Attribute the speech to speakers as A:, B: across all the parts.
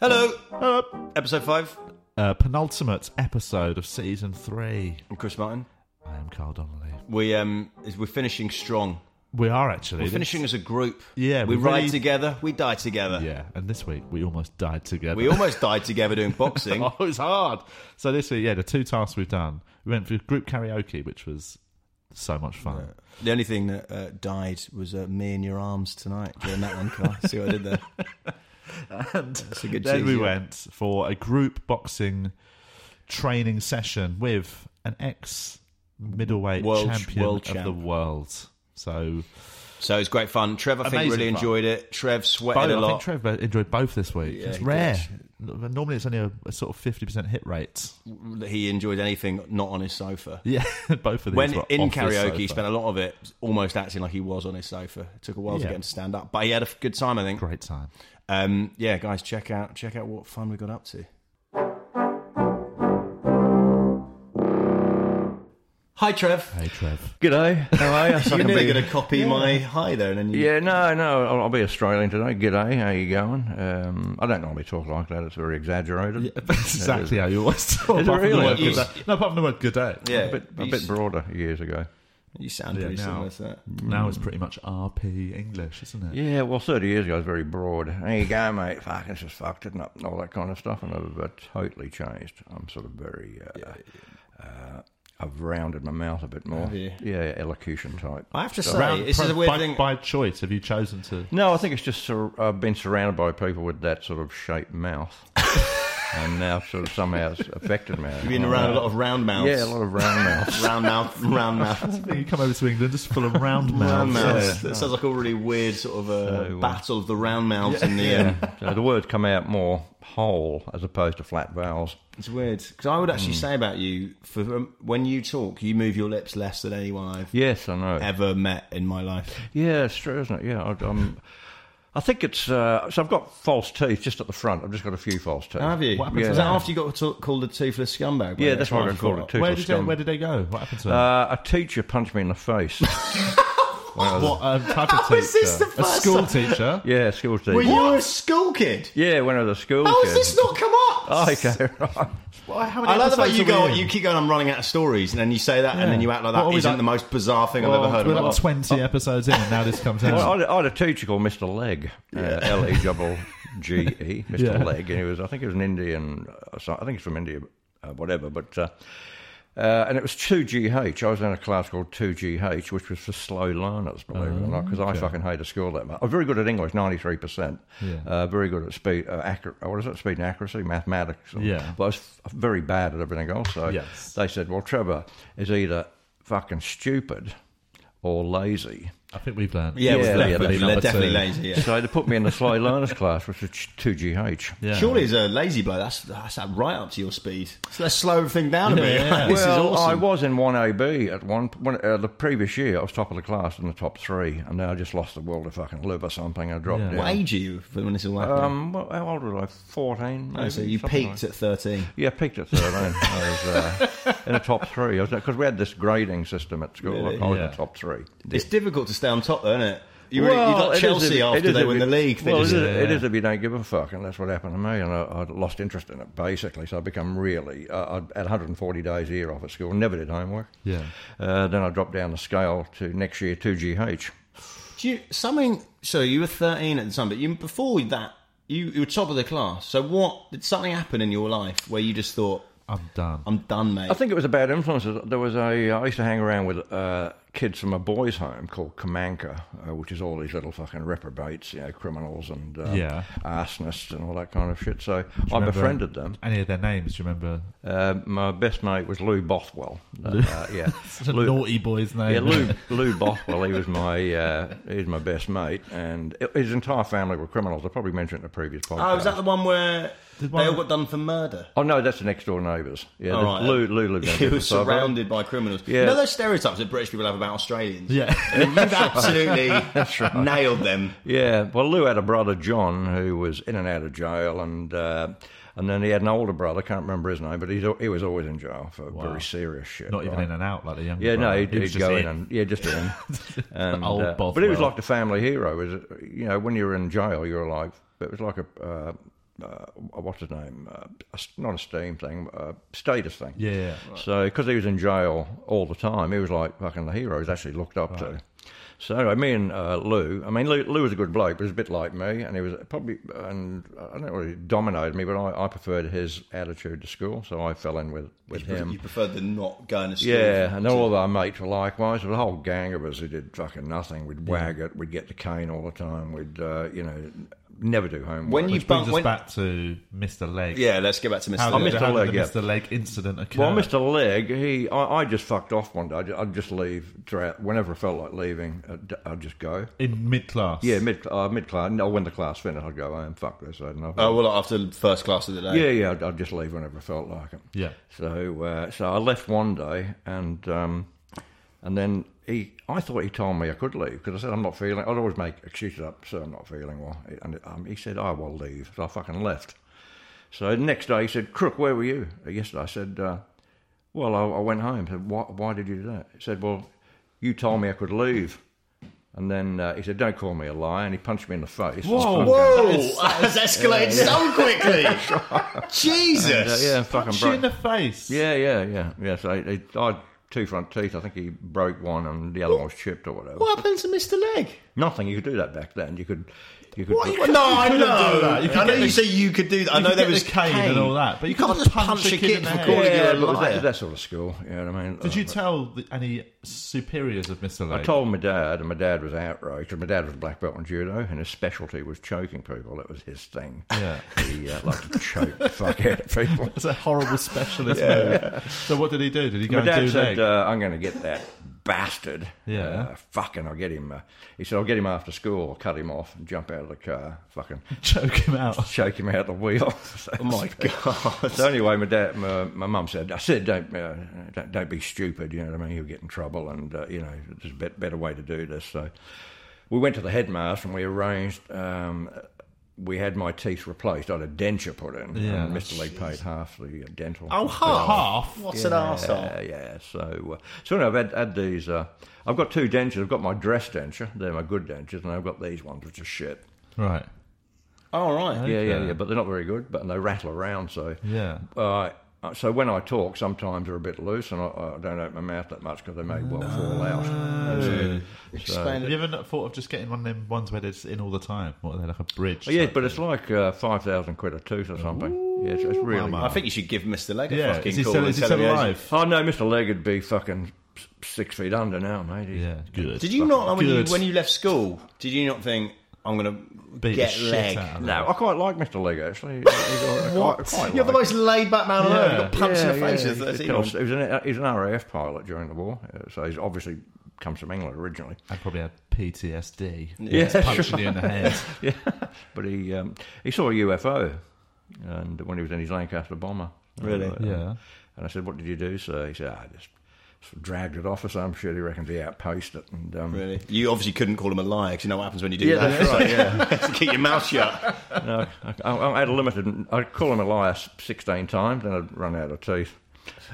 A: Hello. Episode five.
B: uh, penultimate episode of season three.
A: I'm Chris Martin.
B: I am Carl Donnelly.
A: We um is- we're finishing strong.
B: We are actually
A: We're finishing
B: This-
A: as a group.
B: Yeah,
A: We
B: we
A: ride
B: really-
A: together. We die together.
B: Yeah, and this week we almost died together.
A: We almost died together doing boxing.
B: oh, it was hard. So this week, yeah, the two tasks we've done. We went for group karaoke, which was so much fun.
A: The only thing that uh, died was uh, me in your arms tonight during that one. Can I see what I did there?
B: And
A: a good
B: then
A: cheese,
B: we
A: yeah.
B: went for a group boxing training session with an ex middleweight
A: World-
B: champion
A: world
B: of
A: champ.
B: the world. So
A: So it was great fun. Trev, I think,
B: Amazing
A: really
B: fun.
A: enjoyed it. Trev sweated
B: both,
A: a
B: I think
A: lot.
B: Trevor enjoyed both this week.
A: Yeah,
B: it's
A: he
B: rare. Normally, it's only a, a sort of fifty percent hit rate.
A: he enjoyed anything not on his sofa.
B: Yeah, both of these.
A: When
B: were
A: in
B: off the
A: karaoke, he
B: sofa.
A: spent a lot of it almost acting like he was on his sofa. It took a while to
B: Yeah.
A: get him to stand up, but he had a good time, I think.
B: great time.
A: Um, yeah, guys, check out check out what fun we got up to. Hi, Trev.
B: Hey, Trev.
C: G'day. How are you?
A: You're nearly going to copy my hi there, and then you...
C: Yeah, no, no. I'll, I'll be Australian today. G'day. How you going? Um, I don't normally talk like that. It's very exaggerated.
B: That's exactly how you always talk.
C: Is it
B: apart from the
C: really?
B: word
A: You-
B: good day. No, apart from the word good day.
A: yeah,
C: a bit, a
A: you
C: bit
A: s-
C: broader years ago.
A: You sound pretty
B: Yeah,
A: similar
B: now.
A: to that.
B: Now it's pretty much RP English, isn't it?
C: Yeah, well, 30 years ago, I was very broad. There you go, mate. Fuck, this is fucked, isn't it? And all that kind of stuff. And I've uh, totally changed. I'm sort of very. Uh, Uh, I've rounded my mouth a bit more.
A: Have you?
C: Yeah, elocution type.
A: I have to say, this is a
B: Pro-
A: weird
B: by,
A: thing.
B: by choice, have you chosen to?
C: No, I think it's just sur- I've been surrounded by people with that sort of shaped mouth, and now sort of somehow it's affected me.
A: You've been around a lot of round mouths.
C: yeah, a lot of round mouths.
A: round mouth, round mouth,
B: You come over to England just full of round
A: round
B: mouths.
A: mouths. That sounds like a really weird sort of uh,
C: So, uh,
A: battle of the round mouths and the. Um,
C: so the words come out more whole as opposed to flat vowels.
A: It's weird because I would actually say about you for um, when you talk, you move your lips less than anyone I've
C: Yes, I know.
A: ever met in my life.
C: Yeah, it's true, isn't it? Yeah, I, I'm. I think it's uh, so. I've got false teeth just at the front. I've just got a few false teeth.
A: Have you?
B: What happened to
A: Was that
B: that?
A: after you got to- called a toothless scumbag?
C: Yeah, that's what I got called, a
A: toothless.
B: Where
C: toothless
B: did, they,
C: scum.
B: where did they go? What happened to them?
C: uh, a teacher punched me in the face. When I was-
B: what um, type of
A: uh, How
B: teacher?
A: is this the
B: a
A: first time?
B: school teacher.
C: yeah, school teacher.
A: Were you a school kid?
C: Yeah, one of the school
A: How has
C: kids.
A: this not come up?
C: Oh, okay, right.
B: Well, how many
A: I love the fact
B: episodes
A: you
B: are we
A: go,
B: in?
A: you keep going. I'm running out of stories, and then you say that, and then you act like
B: What
A: that
B: are we
A: isn't
B: like-
A: the most bizarre thing I've ever heard.
B: We're
A: in my
B: like
A: life.
B: twenty episodes in, and now this comes out.
C: Well, I, had, I had a teacher called Mr. Leg, uh, L E double G E, Mr.
B: Yeah.
C: Leg, and he was, I think he was an Indian, uh, so- I think he's from India, uh, whatever, but. Uh, uh, and it was 2GH. I was in a class called 2GH, which was for slow learners, believe it or not, because I fucking hated school that much. I was very good at English, 93%.
B: Yeah.
C: Uh, very good at speed, uh, accurate, what is it, speed and accuracy, mathematics. and-
B: Yeah.
C: But I was f- very bad at everything else. So
B: Yes.
C: they said, well, Trevor is either fucking stupid or lazy.
B: I think we've learned.
A: Yeah,
C: Yeah,
A: well,
C: yeah,
A: definitely,
B: number
A: they're definitely
B: two.
A: lazy. Yeah.
C: So they put me in the slow learners class, which was two GH.
B: Yeah.
A: Surely, as a lazy bloke, that's that's right up to your speed. So let's slow everything down a bit.
B: Yeah.
A: Like, this is
C: Well, I
A: awesome.
C: was in one AB at one when, uh, the previous year. I was top of the class in the top three, and now I just lost the will to fucking live or something. I dropped
B: Yeah.
C: down.
A: What age are you when this all happened?
C: Um, well, how old was I? Fourteen. Maybe,
A: Oh, so you
C: something
A: peaked
C: Like.
A: at 13.
C: Yeah, peaked at thirteen. I was uh, in the top three. I was because we had this grading system at school.
A: Really?
C: I was in
B: Yeah.
C: the top three.
A: It's difficult to stay on top, though, isn't it? You really, you
C: Well,
A: got
C: it is
A: Chelsea
C: if- it
A: after
C: is
A: they
C: if
A: win
C: you-
A: the league. They
C: Well,
A: just-
C: it, is, it is if you don't give a fuck, and that's what happened to me, and I, I lost interest in it basically. So I become really uh, I had 140 days a year off at school, never did homework.
B: Yeah.
C: Uh, then I dropped down the scale to next year 2GH.
A: Do you, something. So you were thirteen at the time, but you before that, you, you were top of the class. So what did something happen in your life where you just thought,
B: I'm done.
A: "I'm done, mate"?
C: I think it was a bad influence. There was a I used to hang around with uh, kids from a boys' home called Kamanka, uh, which is all these little fucking reprobates, you know, criminals and uh,
B: Yeah.
C: arsonists and all that kind of shit. So I
B: Remember
C: befriended them.
B: Any of their names? Do you remember?
C: Uh, my best mate was Lou Bothwell. Uh, yeah,
B: It's a naughty boy's name.
C: Yeah, Lou, Lou Bothwell, he was my uh, he was my best mate, and his entire family were criminals. I probably mentioned it in a previous podcast.
A: Oh, was that the one where
B: Did
A: they all
B: one-
A: got done for murder?
C: Oh no, that's the next door neighbours. Yeah,
A: All
C: the-
A: right.
C: Lou, Lou lived down
A: He was
C: the suburb.
A: surrounded by criminals.
C: Yeah.
A: You know those stereotypes that British people have about Australians?
B: Yeah.
A: You've absolutely nailed them.
C: Yeah, well, Lou had a brother John who was in and out of jail, and uh, and then he had an older brother. Can't remember his name, but he's, al- he was always in jail for very serious shit.
B: Not even
C: right?
B: in and out like the young.
C: Yeah, no,
B: brother.
C: he'd,
B: He was
C: he'd
B: just
C: go in
B: it.
C: and yeah, just in. and,
B: Old
C: uh, but
B: Bothwell.
C: he was like the family hero. Was you know when you were in jail, you were like it was like a uh, uh, what's his name? Uh, a s- not a steam thing, uh, status thing.
B: Yeah.
C: So because he was in jail all the time, he was like fucking the hero. He's actually looked up to. So anyway, me and uh, Lou. I mean, Lou, Lou was a good bloke, but he was a bit like me, and he was probably and I don't know whether he dominated me, but I, I preferred his attitude to school, so I fell in with with him.
A: You preferred the not going to school.
C: Yeah, and all of our mates were likewise. There was a whole gang of us who did fucking nothing. We'd wag it. We'd get the cane all the time. We'd, uh, you know, never do homework.
A: When you
B: Which brings
A: bump,
B: us
A: when,
B: back to Mr. Leg.
A: yeah, let's get back to Mr.
B: How
A: Leg.
B: did,
C: Mr.
B: how did
C: Oh, Leg,
B: the
C: yeah.
B: Mr. Leg incident occur?
C: well, Mr. Leg, he, I, I just fucked off one day. I'd, I'd just leave throughout. Whenever I felt like leaving, I'd, I'd just go.
B: in mid class.
C: Yeah, mid uh, mid class. No, when the class finished, I'd go home. Fuck this. I had enough.
A: Oh, well, after the first class of the day.
C: yeah, yeah. I'd, I'd just leave whenever I felt like it.
B: Yeah.
C: So uh, so I left one day, and um, and then he, I thought he told me I could leave because I said I'm not feeling. I'd always make excuses up, so I'm not feeling well. And um, he said, I will leave. So I fucking left. So the next day he said, Crook, where were you Uh, yesterday? I said, uh, Well, I, I went home. I said, why, why did you do that? He said, Well, you told me I could leave. And then uh, he said, Don't call me a liar. And he punched me in the face.
B: Whoa.
A: Whoa, that's escalated so quickly.
C: And, uh,
A: Jesus.
C: yeah, fucking
B: Punch you
C: broke-
B: in the face.
C: Yeah, yeah, yeah, yeah. So he, he- I had two front teeth. I think he broke one, and the other one was chipped or whatever.
A: What happened to Mr. Leg?
C: Nothing. You could do that back then. You could, you could.
A: What? No, I
B: couldn't do
A: know.
B: that. You could
A: I know
B: get
A: you
B: the-
A: say you could do that. I
B: you
A: know
B: could
A: there
B: get
A: was
B: the cane and all that, but you can't
A: just
B: punch a kid in the
A: for
B: head.
A: calling
B: Yeah,
A: you a
C: look,
A: liar.
C: that, that sort of school. You know what I mean?
B: Did you
C: Uh,
B: tell the, any superiors of Mr. Leg?
C: I told my dad, and my dad was outraged. And my dad was a black belt in judo, and his specialty was choking people. That was his thing.
B: Yeah.
C: he uh, liked to choke the fuck out of people.
B: It's a horrible specialist move. So what did he do? Did he go
C: My
B: and
C: dad
B: do
C: said,
B: leg?
C: uh, "I'm going to get that bastard."
B: Yeah.
C: Uh, fucking, I'll get him. Uh, he said, "I'll get him after school. I'll cut him off and jump out of the car." Fucking.
B: Choke him out.
C: shake him out the wheel. oh my god! So anyway, my dad, my my mum said, I said, don't, uh, don't don't be stupid. You know what I mean? You'll get in trouble, and uh, you know there's a bet, better way to do this. So we went to the headmaster and we arranged. Um, we had my teeth replaced. I had a denture put in.
B: Yeah.
C: and Mr. Leg paid half the uh, dental.
A: Oh, half.
B: Half?
A: What's an arsehole?
C: Yeah, yeah. So, uh, so anyway, I've had, had these. Uh, I've got two dentures. I've got my dress denture. They're my good dentures, and I've got these ones, which are shit.
B: Right.
A: All right.
C: Yeah, yeah, yeah. But they're not very good. But and they rattle around. So
B: Yeah.
C: Uh, so when I talk, sometimes they're a bit loose, and I, I don't open my mouth that much because they may well fall out. And so-
A: Explain
B: Have
A: it.
B: you ever thought of just getting one of them ones where it's in all the time? What are they, like a bridge?
C: but Oh, yeah,
B: type
C: but
B: thing?
C: it's like uh, five thousand quid a tooth or something. yeah, it's, it's really.
B: mama.
A: I think you should give Mr. Leg a
B: Yeah,
A: fucking
B: is he
A: call.
B: still,
A: and
B: is he
A: tell
B: still
A: him
B: alive?
C: Oh no, Mister Leg'd be fucking s- six feet under now, mate. He's-
B: Yeah, good.
A: Did you not, when you,
B: Good.
A: when you left school, did you not think, I'm going to
B: Beat
A: get
B: the shit
A: Leg?
B: out of him.
C: No, I quite like Mister Leg actually. what?
A: You're the most laid back man on
B: Yeah.
A: earth. You got punched in the face
C: yeah,
A: as a
C: he- he
A: 13
C: tells-
A: year
C: he was an he was an RAF pilot during the war, uh, so he's obviously comes from England originally.
B: I probably had PTSD.
C: Yeah,
B: It's punching you in the head.
C: Yeah, but he um, he saw a UFO, and when he was in his Lancaster bomber,
A: Really?
C: Uh,
B: Yeah.
C: And I said, "What did you do?" So he said, "I just sort of dragged it off or some shit." He reckons he outpaced it, and um,
A: Really? You obviously couldn't call him a liar because you know what happens when you do
C: Yeah,
A: that.
C: that's right,
A: Yeah. Keep your mouth shut.
C: no, I, I, I had a limited. I call him a liar sixteen times, then I'd run out of teeth.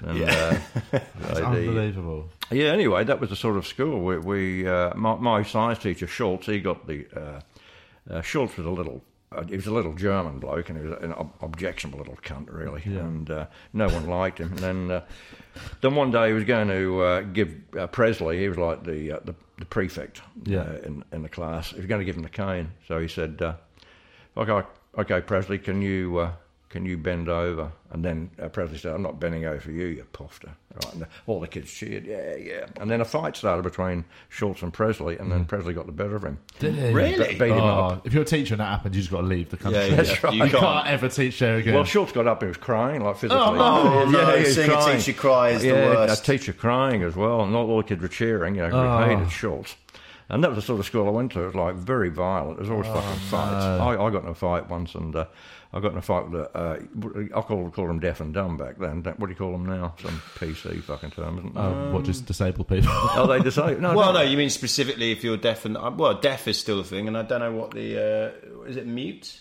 C: And, yeah. uh, so the-
B: Unbelievable.
C: Yeah, anyway, that was the sort of school we, we uh, my, my science teacher Schultz. He got the uh, uh, Schultz was a little. Uh, he was a little German bloke, and he was an ob- objectionable little cunt, really. And uh, no one liked him. And then, uh, then one day he was going to uh, give uh, Presley. He was like the uh, the, the prefect
B: Yeah.
C: uh, in in the class. He was going to give him the cane. So he said, uh, "Okay, okay, Presley, can you uh, can you bend over?" And then uh, Presley said, "I'm not bending over for you, you pofter." Right, and uh, all the kids cheered, "Yeah, yeah." And then a fight started between Schultz and Presley, and then Presley got the better of him. Be- beat him up.
B: Oh, If you're a teacher and that happens, you just got to leave the country.
A: Yeah, yeah, That's
B: you
A: yeah. right. You
B: can't.
A: can't.
B: ever teach there again.
C: Well, Schultz got up and was crying, like physically.
A: no. Oh, no,
C: he was
A: seeing a
C: crying.
A: teacher cry is the
C: Yeah,
A: worst.
C: A teacher crying as well, and not all the kids were cheering. You know, 'cause we hated Schultz. And that was the sort of school I went to. It was like very violent. There was always fucking fights. I, I got in a fight once, and uh, I got in a fight with a, uh, I call call them deaf and dumb back then. Don't- What do you call them now? Some PC fucking term, isn't it?
B: Um, what, just disabled people?
C: Are they disabled? No,
A: Well,
C: no.
A: no, you mean specifically if you're deaf and uh, well, deaf is still a thing, and I don't know what the uh, is it mute?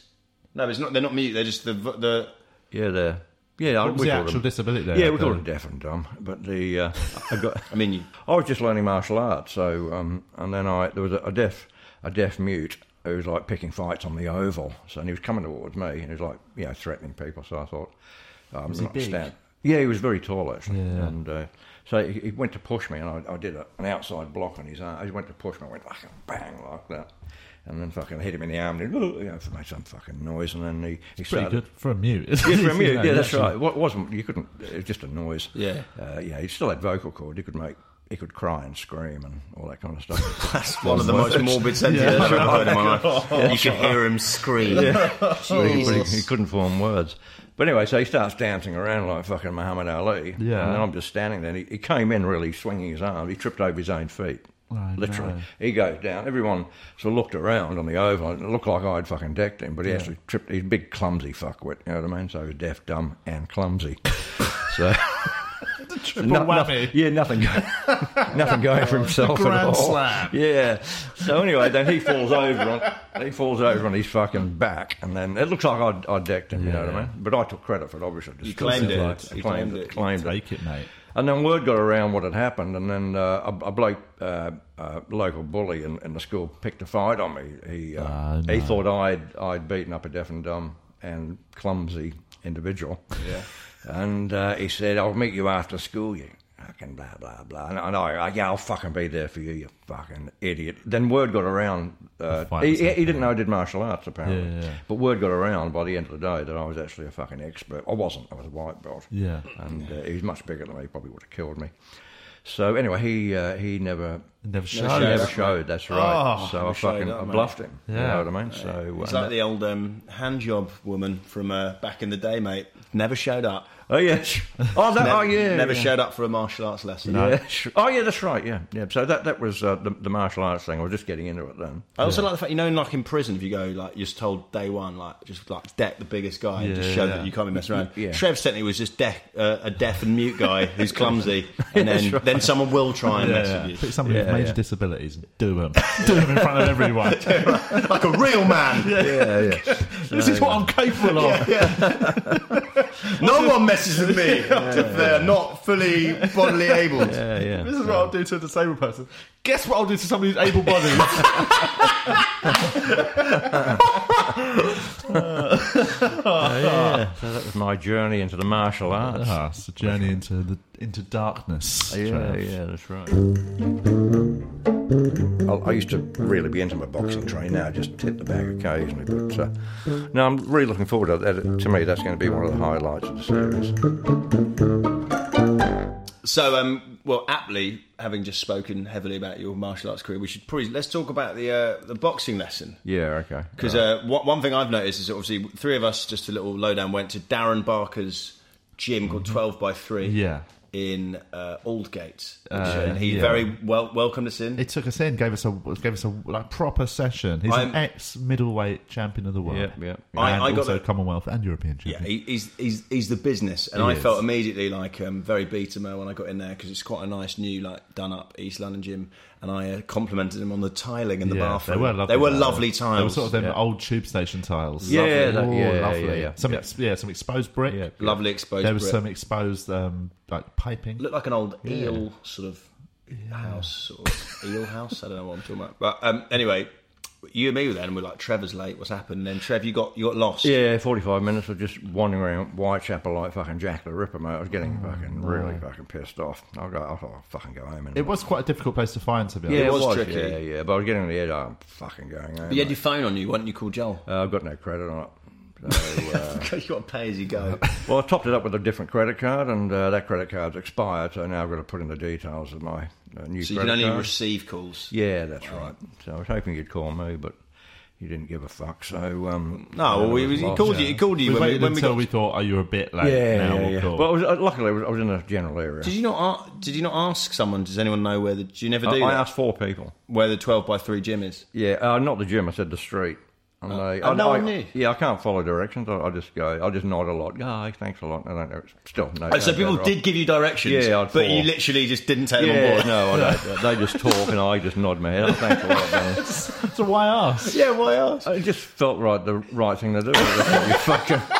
A: No, it's not. They're not mute. They're just the v- the.
C: Yeah, they're. Yeah,
B: What was
C: we
B: the
C: call them-
B: actual disability there?
C: Yeah, we call them deaf and dumb. But the uh, I got.
A: I mean, you,
C: I was just learning martial arts, so um, and then I there was a, a deaf a deaf mute who was like picking fights on the oval, so and he was coming towards me and he was like you know threatening people. So I thought, um, was
A: he big?
C: Yeah, he was very tall actually, and uh, so he, he went to push me, and I, I did a, an outside block on his arm. He went to push me, I went fucking bang like that, and then fucking hit him in the arm, and he, you know, made some fucking noise, and then he, he
B: Pretty
C: started.
B: good for a mute.
C: Yeah, for a mute,
B: know,
C: yeah, that's
B: actually.
C: right. What wasn't you couldn't? It was just a noise.
A: Yeah.
C: uh, yeah. He still had vocal cord. He could make, he could cry and scream and all that kind of stuff.
A: that's one of the most morbid sentences I've ever heard in my life. You could hear him scream.
C: But he, but he- he couldn't form words. But anyway, so he starts dancing around like fucking Muhammad Ali.
B: Yeah.
C: and then I'm just standing there. And he, he came in really swinging his arm. He tripped over his own feet.
B: Oh,
C: Literally,
B: no.
C: he goes down. Everyone sort of looked around on the oval. and It looked like I'd fucking decked him, but he actually tripped. He's a big clumsy fuckwit. You know what I mean? So he was deaf, dumb, and clumsy. so.
B: Triple
C: No- no-
B: whammy.
C: yeah, nothing, go- nothing going for himself at
B: grand
C: all.
B: slam.
C: Yeah. So anyway, then he falls over on he falls over on his fucking back, and then it looks like I, I decked him. You know what I mean? But I took credit for it, obviously.
A: You claimed it.
C: Like,
A: You
C: claimed
A: claimed
C: it.
A: it.
C: Claimed it.
B: Take it, mate.
C: And then word got around what had happened, and then uh, a, a bloke, uh, uh, local bully in, in the school, picked a fight on me. He uh,
B: Ah,
C: he thought I'd I'd beaten up a deaf and dumb and clumsy individual. Yeah. And uh, he said, "I'll meet you after school, you fucking blah blah blah." And, and I, I, yeah, I'll fucking be there for you, you fucking idiot. Then word got around. Uh,
B: fight
C: he,
B: was
C: he he
B: happening.
C: didn't know I did martial arts apparently,
B: Yeah, yeah.
C: but word got around by the end of the day that I was actually a fucking expert. I wasn't. I was a white belt
B: Yeah.
C: and uh, he was much bigger than me. He probably would have killed me. So anyway, he uh, he never
B: Never
C: he
B: showed.
A: showed
C: never
A: up,
C: showed. That's right.
B: Oh,
C: so I
A: never showed
C: fucking
A: up,
C: I
A: mate.
C: bluffed him. You
B: Yeah.
C: know what I mean? So uh,
A: It's like the old um, hand job woman from uh, back in the day, mate. Never showed up.
C: oh yeah, oh that,
A: Never,
C: oh yeah,
A: never
C: yeah.
A: showed up for a martial arts lesson.
C: Yeah, sure. Oh yeah, that's right. Yeah, yeah. So that that was uh, the, the martial arts thing. I was just getting into it then.
A: I also like the fact you know, like in prison, if you go like you're just told day one, like just like deck the biggest guy and just
B: Yeah,
A: show
B: yeah.
A: that you can't be messing around.
C: Yeah.
A: Trev's technically was just deaf, uh, a deaf and mute guy who's clumsy, and then
C: right.
A: then someone will try and mess
B: Yeah,
A: with you
B: Put somebody with
C: Yeah,
B: major
C: yeah.
B: disabilities and do them. do them in front of everyone.
A: like a real man.
C: Yeah, yeah.
B: this is what I'm capable of.
A: No one messes with me if they're not fully bodily able.
C: yeah, yeah.
B: This is what I'll do to a disabled person. Guess what I'll do to somebody who's able bodied?
C: yeah. So that was my journey into the martial arts.
B: ah, it's a journey into the into darkness.
C: Yeah,
B: Trev.
C: yeah, that's right. I, I used to really be into my boxing training. Now I just hit the bag occasionally, but uh, no, I'm really looking forward to that. To me, that's going to be one of the highlights of the series.
A: So, um, well, aptly having just spoken heavily about your martial arts career, we should probably let's talk about the uh, the boxing lesson.
C: Yeah, okay.
A: Because uh, one one thing I've noticed is that obviously three of us, just a little lowdown, went to Darren Barker's gym called Twelve by Three.
B: Yeah.
A: In uh, Aldgate,
B: Uh,
A: and he
B: yeah.
A: very well welcomed us in.
B: He took us in, gave us a gave us a like proper session. He's an
A: I'm-
B: ex middleweight champion of the world.
C: Yep, yep.
B: And
A: I- I got
B: also
A: a-
B: Commonwealth and European
A: yeah,
B: champion.
A: he, he's, he's he's the business, and
B: Mm-hmm. He
A: I
B: is.
A: felt immediately like um, very beta male when I got in there because it's quite a nice new like done up East London gym, and I uh, complimented him on the tiling and the
B: Yeah,
A: bathroom.
B: They were lovely.
A: They were
B: tiles.
A: lovely tiles.
B: They were sort of them
C: Yeah.
B: old tube station tiles.
C: Yeah,
B: lovely.
C: that-
B: Oh,
C: yeah, yeah,
B: lovely.
C: yeah, yeah.
B: Some
C: Yeah.
B: Ex- yeah, some exposed brick.
C: Yeah.
A: lovely exposed.
B: There was
A: brick.
B: some exposed um, like piping.
A: looked like an old eel sort of house or eel house. I don't know what I'm talking about. But um, anyway, you and me were there, and we're like, Trevor's late. What's happened? And then Trev, you got you got lost.
C: Yeah, 45 minutes of just wandering around Whitechapel like fucking Jack the Ripper, mate. I was getting fucking really fucking pissed off. I'll go, I'll, I'll fucking go home. And
B: It was quite a difficult place to find, to be honest.
C: yeah,
A: it was tricky.
C: Yeah, yeah, but I was getting the head, "Oh, I'm fucking going home.
A: But you had
C: mate.
A: your phone on you, why didn't you call Joel?
C: uh, I've got no credit on it. So, uh,
A: you got to pay as you go.
C: well, I topped it up with a different credit card, and uh, that credit card's expired, so now I've got to put in the details of my uh, new
A: So you
C: credit
A: can only
C: card.
A: receive calls.
C: yeah, that's right. So I was hoping you'd call me, but you didn't give a fuck. So um,
A: No, well,
C: I
A: he,
C: was
A: was, he
C: lost.
A: called you. He called you
B: We
A: when, we-
B: waited
A: when we
B: until
A: got.
B: we, thought, oh, you're a bit late.
C: Yeah,
B: now
C: yeah,
B: we'll
C: yeah.
B: call.
C: Well, I was, uh, luckily, I was, I was in a general area.
A: Did you not? a did you not ask someone? Does anyone know where the? uh, Do you never do
C: I,
A: that?
C: I asked four people.
A: where the twelve by three gym is.
C: Yeah, uh, not the gym. I said the street. And they,
A: oh,
C: I,
A: no
C: I,
A: one knew.
C: Yeah, I can't follow directions. I, I just go. I just nod a lot. Yeah, thanks a lot. I don't know. It's Still no.
A: Oh, so
C: no,
A: people
C: no,
A: did give you directions.
C: Yeah, I'd
A: but
C: fall.
A: you literally just didn't take them on
C: Yeah,
A: board.
C: no, I don't. they just talk and I just nod my head. Oh, thanks a lot. man.
B: so why ask?
A: Yeah, why else?
C: It just felt right, the right thing to do. That's what you fucking.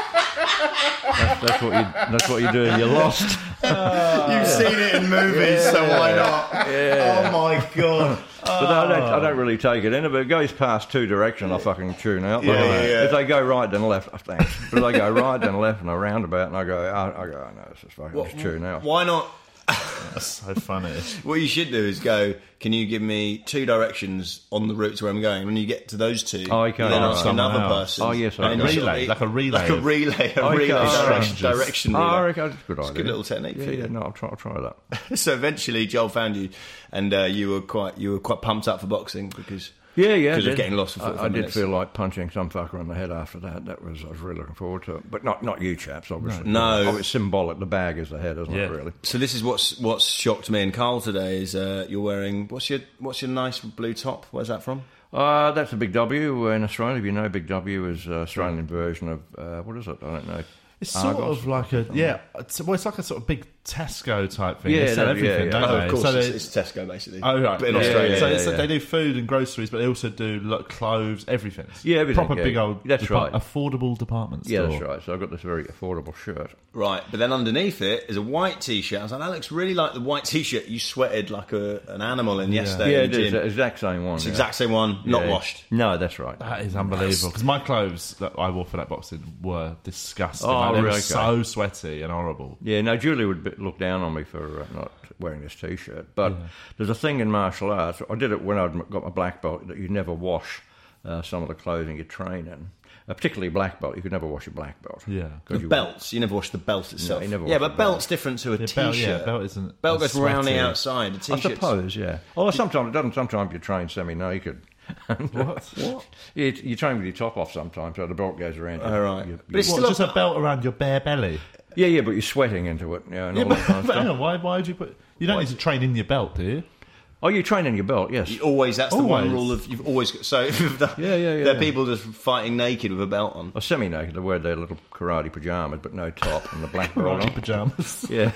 C: That's, that's what you. That's what you do. and You're lost.
A: You've seen it in movies, so why not? Oh my god.
C: But I don't, I don't really take it in. If it goes past two direction, I fucking tune out.
A: Yeah,
C: Like,
A: yeah, yeah.
C: If they go right then left, oh, thanks. But if they go right then left and a roundabout, and I go, I, I go, oh, no, it's just fucking just tune out.
A: Why not?
B: That's so funny.
A: What you should do is go. Can you give me two directions on the route to where I'm going? When you get to those two,
C: Oh, okay.
A: you then
C: Oh,
A: ask
B: someone
A: another
B: else.
A: person.
C: Oh, yes,
A: And then
C: okay.
A: you sort of-
B: Relay, like a relay
A: like a
B: of-
A: relay, a
C: Okay.
A: relay
C: Oh,
A: direction,
B: strangers.
A: direction relay.
C: Oh, okay, that's a good
A: It's a
C: idea.
A: good little technique
C: Yeah,
A: for you.
C: yeah, no, I'll try, I'll try that.
A: So eventually, Joel found you, and uh, you were quite you were quite pumped up for boxing because
C: Yeah, yeah. I
A: because of
C: did.
A: getting lost for
C: I-
A: 45
C: I, did
A: minutes.
C: feel like punching some fucker on the head after that. That was I was really looking forward to it, but not not you chaps, obviously.
A: No. No.
C: oh, it's symbolic. The bag is the head, isn't
B: Yeah.
C: it? Really.
A: So this is what's what's shocked me and Carl today is uh, you're wearing what's your what's your nice blue top? Where's that from?
C: Uh, that's a big W in Australia. If you know, Big W is uh, Australian version of uh, what is it? I don't know.
B: It's sort
C: Argos?
B: of like a yeah. It's, well, it's like a sort of big Tesco type thing.
C: Yeah,
B: they sell
C: that- yeah,
B: everything,
C: yeah.
B: don't
C: Oh,
B: they?
A: of course,
B: So
A: it's,
B: they-
A: it's Tesco basically.
B: Oh right,
A: but in
B: yeah,
A: Australia.
B: yeah, so
C: yeah,
B: it's-
C: yeah.
B: they do food and groceries, but they also do like clothes, everything.
C: Yeah, everything,
B: proper
C: yeah.
B: big old.
C: That's right.
B: Affordable department store.
C: Yeah, that's right. So I've got this very affordable shirt.
A: Right, but then underneath it is a white T-shirt. I was like, Alex, really like the white T-shirt. You sweated like a, an animal in yesterday.
C: yeah,
A: in
C: it
A: the
C: is.
A: gym.
C: The exact same one.
A: It's the
C: yeah.
A: exact same one, not
C: Yeah.
A: washed.
C: No, that's right.
B: That is unbelievable because my clothes that I wore for that boxing were disgusting.
C: Oh,
B: Like, they were
C: really? Okay.
B: so sweaty and horrible.
C: Yeah, no, Julie would be, look down on me for uh, not wearing this T-shirt. But there's a thing in martial arts. I did it when I would got my black belt that you never wash uh, some of the clothing you train in, uh, particularly black belt. You could never wash your black belt.
B: Yeah.
C: 'Cause
A: The
C: you-
A: belts, you never wash the belt itself.
C: you never
A: yeah,
C: wash
A: but
C: the belt.
A: belt's different to a
B: belt,
A: T-shirt.
B: yeah, belt isn't
A: Belt
B: as
A: goes round the
B: sweaty.
A: outside. The
C: I
A: T-shirt's
C: suppose, yeah. Although sometimes it doesn't. Sometimes you train semi-naked.
B: What? what?
C: You, you train with your top off sometimes, so the belt goes around.
A: All Oh, right.
C: You,
A: But it's
B: What,
A: still
B: just a belt around your bare belly.
C: yeah, yeah, but you're sweating into it. Yeah, and all
B: but
C: that kind of
B: but hang
C: Oh, stuff.
B: on, why? Why would you put? You don't need to train in your belt, do you?
C: Oh, you train in your belt, yes.
A: You always that's the one
B: Always.
A: rule of you've always got so if you've done-
C: Yeah, yeah, yeah.
A: there are people just fighting naked with a belt on
C: Or semi-naked. They wear their little karate pajamas, but no top and the black belt on.
B: pajamas.
C: Yeah.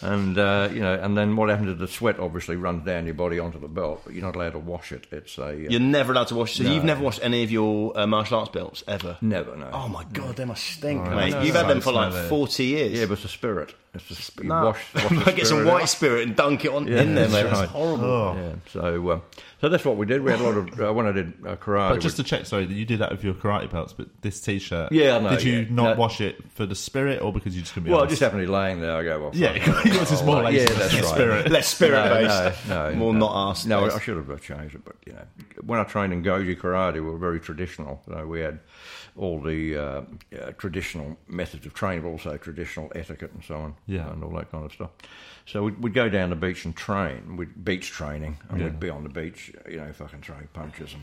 C: and uh, you know, and then what happens is the sweat obviously runs down your body onto the belt, but you're not allowed to wash it. It's a uh,
A: you're never allowed to wash so you've never washed any of your uh, martial arts belts ever
C: never no.
A: oh my god they must stink
B: no,
A: mate
B: no,
A: you've
B: no,
A: had them
B: it's
A: for like
B: not there.
A: 40 years
C: yeah, but it's a spirit. It's a sp- you
A: Nah.
C: wash. wash the
A: get some
C: spirit
A: white
C: out.
A: spirit and dunk it on in there
C: that's
A: mate that's
C: right.
A: horrible
B: Oh.
C: Yeah, so, uh, so that's what we did. We had a lot of uh, when I did uh, karate.
B: But just to
C: we-
B: check, sorry, that you do that with your karate belts, but this T-shirt,
C: Yeah, I know,
B: did you
C: yeah.
B: not
C: No.
B: wash it for the spirit, or because you just couldn't be
C: well, I
B: arsed?
C: just happened to be laying there. I go, well,
B: yeah,
C: fuck
B: yours is more like
C: yeah, that's right.
B: spirit.
A: less spirit
C: no,
A: based
C: No, no,
A: more
C: no.
A: not asked
C: No, I should have uh, changed it, but you know, when I trained in Goju Karate, we were very traditional. So we had all the uh, uh, traditional methods of training, but also traditional etiquette and so on,
B: Yeah.
C: and all that kind of stuff. So we'd, we'd go down the beach and train. We'd beach training, and we'd be on the beach, you know, fucking throwing punches and.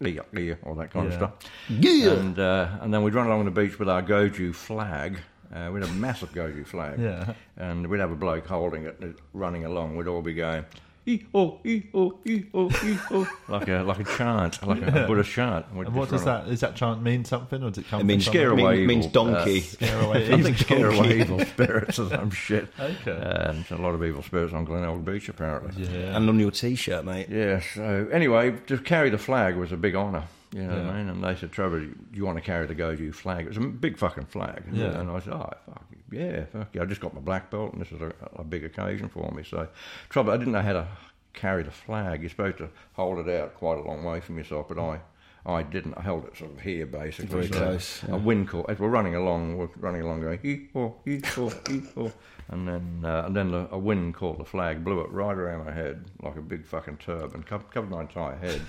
C: Yeah, yeah, all that kind
B: Yeah.
C: of stuff. Yeah, and uh, and then we'd run along the beach with our Goju flag. Uh, we had a massive Goju flag
B: Yeah.
C: and we'd have a bloke holding it, and running along. We'd all be going, ee oh, ee oh, ee oh, ee oh, like a like a chant, like a Buddhist chant. We'd
B: And what
C: just
B: does
C: run
B: that? Does that chant mean something, or does it come?
A: It means
B: from
C: scare
B: somewhere?
C: away
A: mean- means
C: evil, uh,
A: donkey.
B: Scare away.
C: along. I think
B: evil
C: scare
B: donkey.
C: away evil spirits or some shit.
B: Okay.
C: And a lot of evil spirits on Glenelg Beach, apparently.
B: Yeah.
A: and on your t-shirt mate
C: Yeah, so anyway, to carry the flag was a big honour. You know what I mean? And they said, Trevor, do you want to carry the Goju flag? It was a big fucking flag.
B: Yeah.
C: And I said, oh, fuck, yeah, fuck yeah, I just got my black belt, and this was a, a big occasion for me. So, trouble, I didn't know how to carry the flag. You're supposed to hold it out quite a long way from yourself, but I. I didn't. I held it sort of here, basically.
A: Very
C: so
A: close, yeah.
C: A wind call. As we're running along, we're running along, going hee haw, hee haw, hee haw, and then uh, and then the, a wind caught the flag, blew it right around my head like a big fucking turban, co- covered my entire head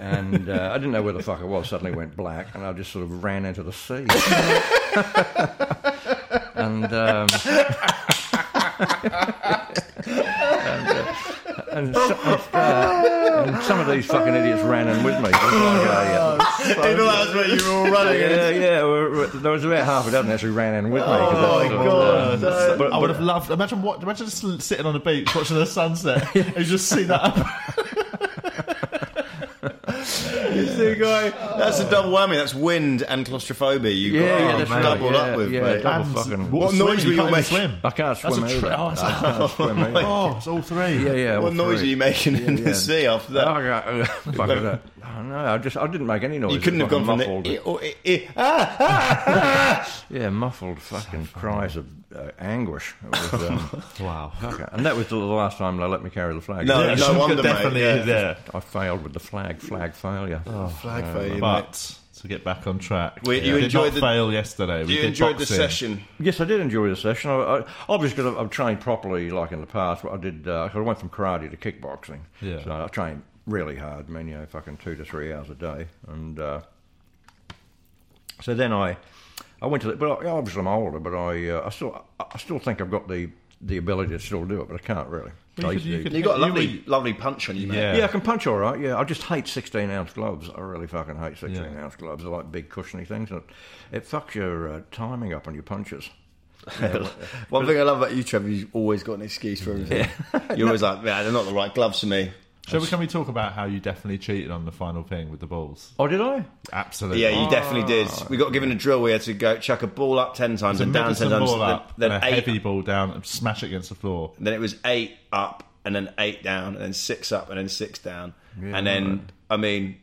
C: and uh, I didn't know where the fuck I was. Suddenly went black, and I just sort of ran into the sea. and, um, and, uh, and, so- uh, and some of these fucking idiots ran in with me. It was like a,
A: Oh,
C: uh,
A: that's where you were all running.
C: yeah, yeah. we- we- There was about half a dozen actually ran in with me. 'cause
A: Oh, my
C: that's sort of,
A: God.
C: uh,
A: So-
C: but-
B: I would
C: but-
B: have loved. Imagine what? Imagine just l- sitting on a beach watching the sunset and you just see that.
A: The guy, that's a double whammy. That's wind and claustrophobia. You
C: Oh. Yeah,
A: got
C: yeah, that's right.
A: doubled
C: Yeah,
A: up with.
C: yeah,
A: mate.
C: double fucking-
B: water
A: What noise
B: swim,
A: were you
B: you can't even
A: making?
B: swim.
C: uh, I can't
B: That's
C: swim
B: a
C: either.
B: tri- oh, that's
C: I
B: a-
C: can't swim either.
B: oh, it's all three.
C: Yeah, yeah.
A: what
C: all
A: noise
C: three.
A: were you making in the sea after that?
C: Oh, God, uh, fuck it up. Oh, no, I just I didn't make any noise.
A: you couldn't have
C: Fucking
A: gone from
C: muffled.
A: the. Eh, oh, eh, eh, ah, ah, ah.
C: yeah, muffled fucking cries of uh, anguish. It was, um,
B: Wow.
C: okay. And that was the last time they let me carry the flag.
A: No,
B: Yeah,
A: no
B: Shumka
A: wonder, mate,
B: definitely
A: yeah.
B: is there.
C: I failed with the flag. Flag failure.
A: Flag failure, mate.
B: But to get back on track,
A: We- you
B: did
A: enjoyed
B: not
A: the-
B: fail yesterday. We
A: You
B: did
A: enjoyed the
B: boxing.
A: session.
C: Yes, I did enjoy the session. I, I, obviously, because I've, I've trained properly, like in the past. What I did, uh, 'cause I went from karate to kickboxing.
B: Yeah.
C: So I trained really hard. I mean, you know, fucking two to three hours a day. And uh, so then I, I went to the. But I, obviously, I'm older, but I, uh, I still, I I still think I've got the the ability to still do it, but I can't really.
B: Well,
C: I
B: you
C: used
B: could- you
C: to-
B: could-
A: You got a
B: You
A: lovely,
B: were-
A: lovely punch on you, mate.
B: Yeah.
C: yeah, I can punch all right. Yeah, I just hate sixteen ounce gloves. I really fucking hate sixteen
B: Yeah.
C: ounce gloves. I like big cushiony things, and it, it fucks your uh, timing up on your punches. Yeah,
A: One thing I love about you, Trevor, you've always got an excuse for everything. You're always like, yeah, they're not the right gloves for me.
B: Shall we? Can we talk about how you definitely cheated on the final thing with the balls?
C: oh, did I?
B: Absolutely.
A: Yeah, you definitely did.
B: Ah.
A: We got given a drill. We had to go chuck a ball up ten times
B: The
A: and down ten
B: medicine
A: times.
B: ball up,
A: then,
B: and
A: then
B: a
A: eight,
B: heavy ball down, and smash it against the floor.
A: then it was eight up, and then eight down, and then six up, and then six down, and then I mean,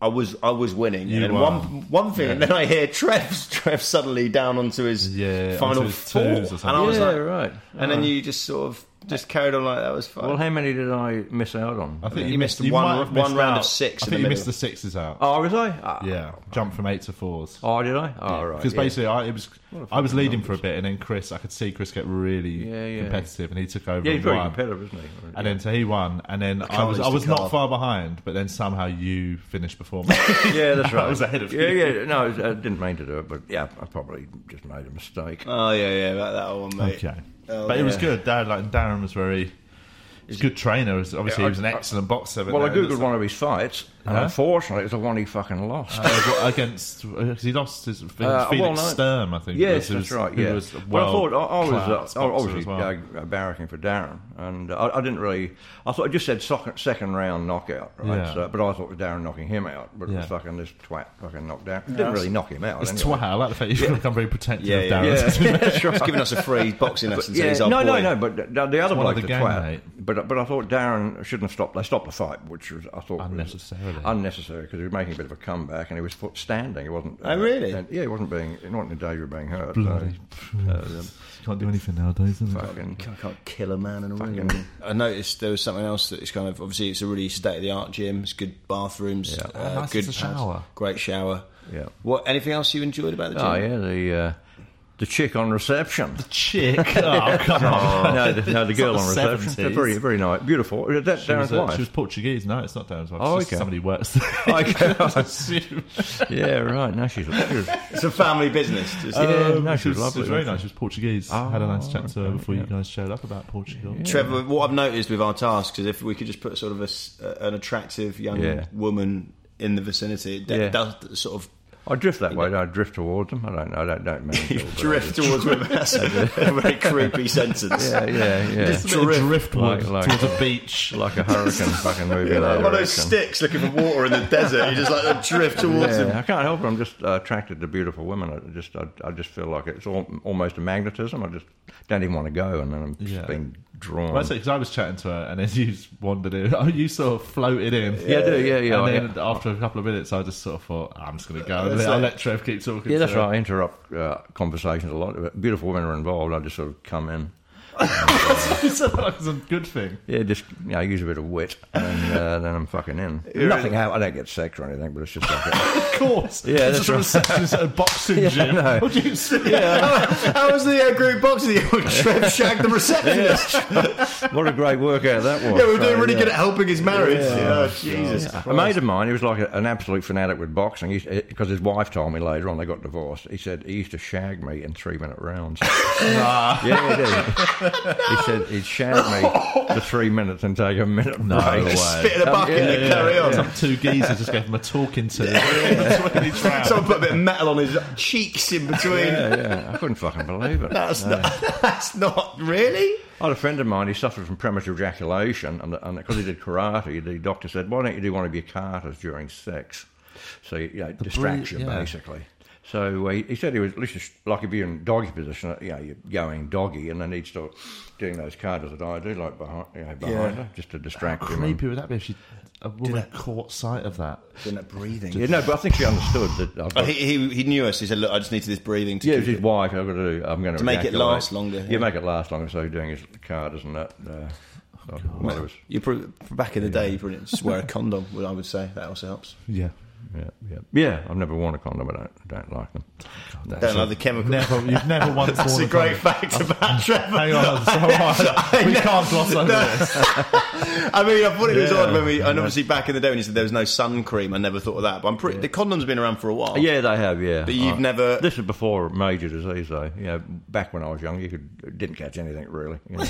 A: I was I was winning.
B: You
A: and then
B: were.
A: one one thing, and then I hear Trev Trev suddenly down onto his
B: Yeah,
A: final
B: onto his
A: four,
B: twos or
A: and I was
C: yeah,
A: like,
C: right. Oh.
A: and then you just sort of just carried on like that was fun.
C: Well, how many did I miss out on?
B: I think
A: You missed
B: you
A: one-
B: might have
A: one
B: missed
A: round of
B: out.
A: six
B: I
A: in
B: think
A: the
B: you
A: middle.
B: missed the sixes out.
C: Oh, was I? Ah.
B: Yeah, jump from eight to fours.
C: Oh, did I? Oh, right.
B: Because
C: yeah.
B: basically, I it was I was leading for a bit, and then Chris, I could see Chris get really
C: Yeah, yeah.
B: competitive, and he took over.
C: yeah, he's
B: and
C: very
B: won.
C: competitive, isn't he?
B: And then so he won, and then I was I
A: is the
B: was not
A: car.
B: far behind, but then somehow you finished before me.
C: yeah, that's right.
B: I was ahead of
C: yeah,
B: you.
C: Yeah, no, I didn't mean to do it, but yeah, I probably just made a mistake.
B: Uh,
A: oh yeah, yeah, that, that one, mate.
B: Okay,
A: Oh,
B: but it was
A: yeah.
B: good. Darren, like Darren was very. He's a good trainer. He's- Obviously, he
C: Yeah,
B: was an
C: I- I-
B: excellent boxer. But
C: well, I
B: then
C: googled one of his fights, and
B: Huh?
C: unfortunately, it was the one he fucking lost.
B: Uh, against because he lost his Felix
C: Uh, well, no.
B: Sturm, I think. it was,
C: Yes,
B: who
C: that's
B: was-
C: right.
B: who
C: Yeah.
B: was a
C: well, I thought I, I
B: world-class
C: was uh, I-
B: boxer
C: obviously
B: as well.
C: uh, barracking for Darren, and uh, I, I didn't really. I thought I just said second, second round knockout, right?
B: Yeah.
C: So, but I thought it was Darren knocking him out, but it
B: Yeah.
C: was fucking this twat fucking knocked out. Didn't really knock him out.
B: It's
C: anyway.
B: twat. I like the fact you've become very protective
A: Yeah,
B: of
A: yeah,
B: Darren.
C: Yeah, that's right.
A: He's giving us a free boxing lesson. so he's our
C: no,
A: boy.
C: no, no. But the, the other
B: one
C: bloke,
B: of the
C: the,
B: game,
C: twat.
B: mate.
C: But but I thought Darren shouldn't have stopped. They stopped the fight, which was I thought was
B: Unnecessarily.
C: unnecessary because he was making a bit of a comeback and he was foot- standing. He wasn't. uh,
A: Oh, really?
C: and- yeah, he wasn't being. He wasn't in danger of being hurt.
B: Bloody.
C: So, uh,
B: Can't do anything nowadays, is it?
C: fucking-
A: I can't kill a man in a room. I noticed there was something else that is kind of obviously it's a really state of the art gym. It's good bathrooms,
C: Yeah.
A: uh,
B: Oh, nice,
A: good
B: it's a shower.
A: great shower.
C: Yeah.
A: What? Anything else you enjoyed about the gym?
C: Oh yeah, the uh, the chick on reception.
B: Chick. Oh, come on.
C: no, the, no, the
B: It's
C: girl
B: not
C: on
B: the
C: reception.
B: 70s.
C: Very, very nice, beautiful. Is that
B: She
C: Darren's
B: was, uh,
C: wife?
B: she was Portuguese. No, it's not Darren's wife.
C: Oh,
B: It's just
C: okay.
B: Somebody who works there.
C: Okay.
B: I assume.
C: yeah, right. No, she's. she was-
A: It's a family business. Just,
C: Uh, Yeah,
B: Um,
C: no,
B: she was,
C: lovely.
B: she was very nice. She was Portuguese.
C: Oh,
B: Had a nice chat to her
C: okay,
B: before you
C: yeah.
B: guys showed up about Portugal.
A: Trevor, what I've noticed with our tasks is if we could just put sort of a s uh an attractive young
C: Yeah.
A: woman in the vicinity, it d-
C: Yeah.
A: does sort of
C: I drift that way. don't I drift towards them. I don't know. I don't, don't mean to, but I
A: drift
C: just-
A: towards women. That's a very creepy sentence.
C: uh, Yeah, yeah, yeah.
B: Just a bit of
A: Drift.
B: driftwood
C: Like- like-
B: towards a beach.
C: like a hurricane fucking movie.
A: You're
C: that
A: like one of those
C: direction.
A: sticks looking for water in the desert. You just like drift towards them.
C: Yeah, I can't help it. I'm just uh, attracted to beautiful women. I just, I, I just feel like it's all, almost a magnetism. I just don't even want to go, and then I'm just
B: Yeah.
C: being drawn.
B: Well, that's because I was chatting to her, and then you just wandered in. Oh, you sort of floated in.
C: Yeah, I do, yeah, yeah,
B: And then after a couple of minutes, I just sort of thought, I'm just going to go. And I'll let, I'll let Trev keep talking.
C: Yeah, that's
B: to her.
C: right. I interrupt uh, conversations a lot. But beautiful women are involved. I just sort of come in.
B: so that's a good thing.
C: Yeah, just you know, use a bit of wit, and uh, then I'm fucking in. Nothing. hap- I don't get sex or anything, but it's just like. a-
B: Of course.
C: Yeah,
B: it's
C: that's
B: just a reception at a boxing gym.
C: no.
B: What do you see?
A: How, how was the uh, group boxing? You Trev shagged the receptionist. Yeah,
C: what a great workout that
A: we
C: was.
A: were doing
C: So,
A: really
C: yeah.
A: good at helping his marriage.
C: Yeah.
A: Yeah,
C: Oh,
A: Jesus.
C: A mate of mine, he was like a, an absolute fanatic with boxing, because his wife told me later on they got divorced. He said he used to shag me in three minute rounds. Yeah, he did. He said he'd shag me for three minutes and take a minute
B: No
C: break.
B: way.
A: Just spit in a bucket
C: yeah,
A: and carry on.
B: Some two geezers just gave him a talking to. Between each round.
A: Someone put a bit of metal on his cheeks in between.
C: Yeah, yeah. I couldn't fucking believe it.
A: That's not. That's not really.
C: I had a friend of mine, he suffered from premature ejaculation, and because and 'cause he did karate, the doctor said, Why don't you do one of your katas during sex? So, you know, distraction,
B: yeah.
C: basically. So uh, he, he said he was, at least like if you're in doggy position, uh, you know, you're going doggy, and then he'd start doing those katas that I do, like behind, you know, behind her, just to distract him. and-
B: creepy would that be if she, a woman caught sight of that?
A: Doing that breathing.
C: yeah, no, but I think she understood that. I've got,
A: he, he, he knew us. He said, "Look, I just need to this breathing to
C: yeah, it
A: keep
C: was his wife. I've got to do. I'm going to,
A: To make it last longer,
C: Yeah,
A: yeah.
C: make it last longer. So doing his katas and that. Uh,
B: Oh,
C: while he was
A: You probably, back in the day, you probably just wear a condom. Well, I would say that also helps.
B: Yeah.
C: Yeah, yeah, yeah. I've never worn a condom. I don't don't like them. That's
A: Don't
C: it.
A: like the chemical.
B: Never, you've never once
A: That's
B: worn
A: a great
B: condom.
A: fact about Trevor.
B: Hang on, so hard. we can't gloss over this.
A: I mean, I thought it was
B: Yeah.
A: odd when we, and obviously back in the day when you said there was no sun cream, I never thought of that. But I'm pretty, the condom's been around for a while.
C: Yeah, they have. Yeah, Uh,
A: But you've never-
C: This is before major disease, though. You know, back when I was young, you could didn't catch anything really. You know,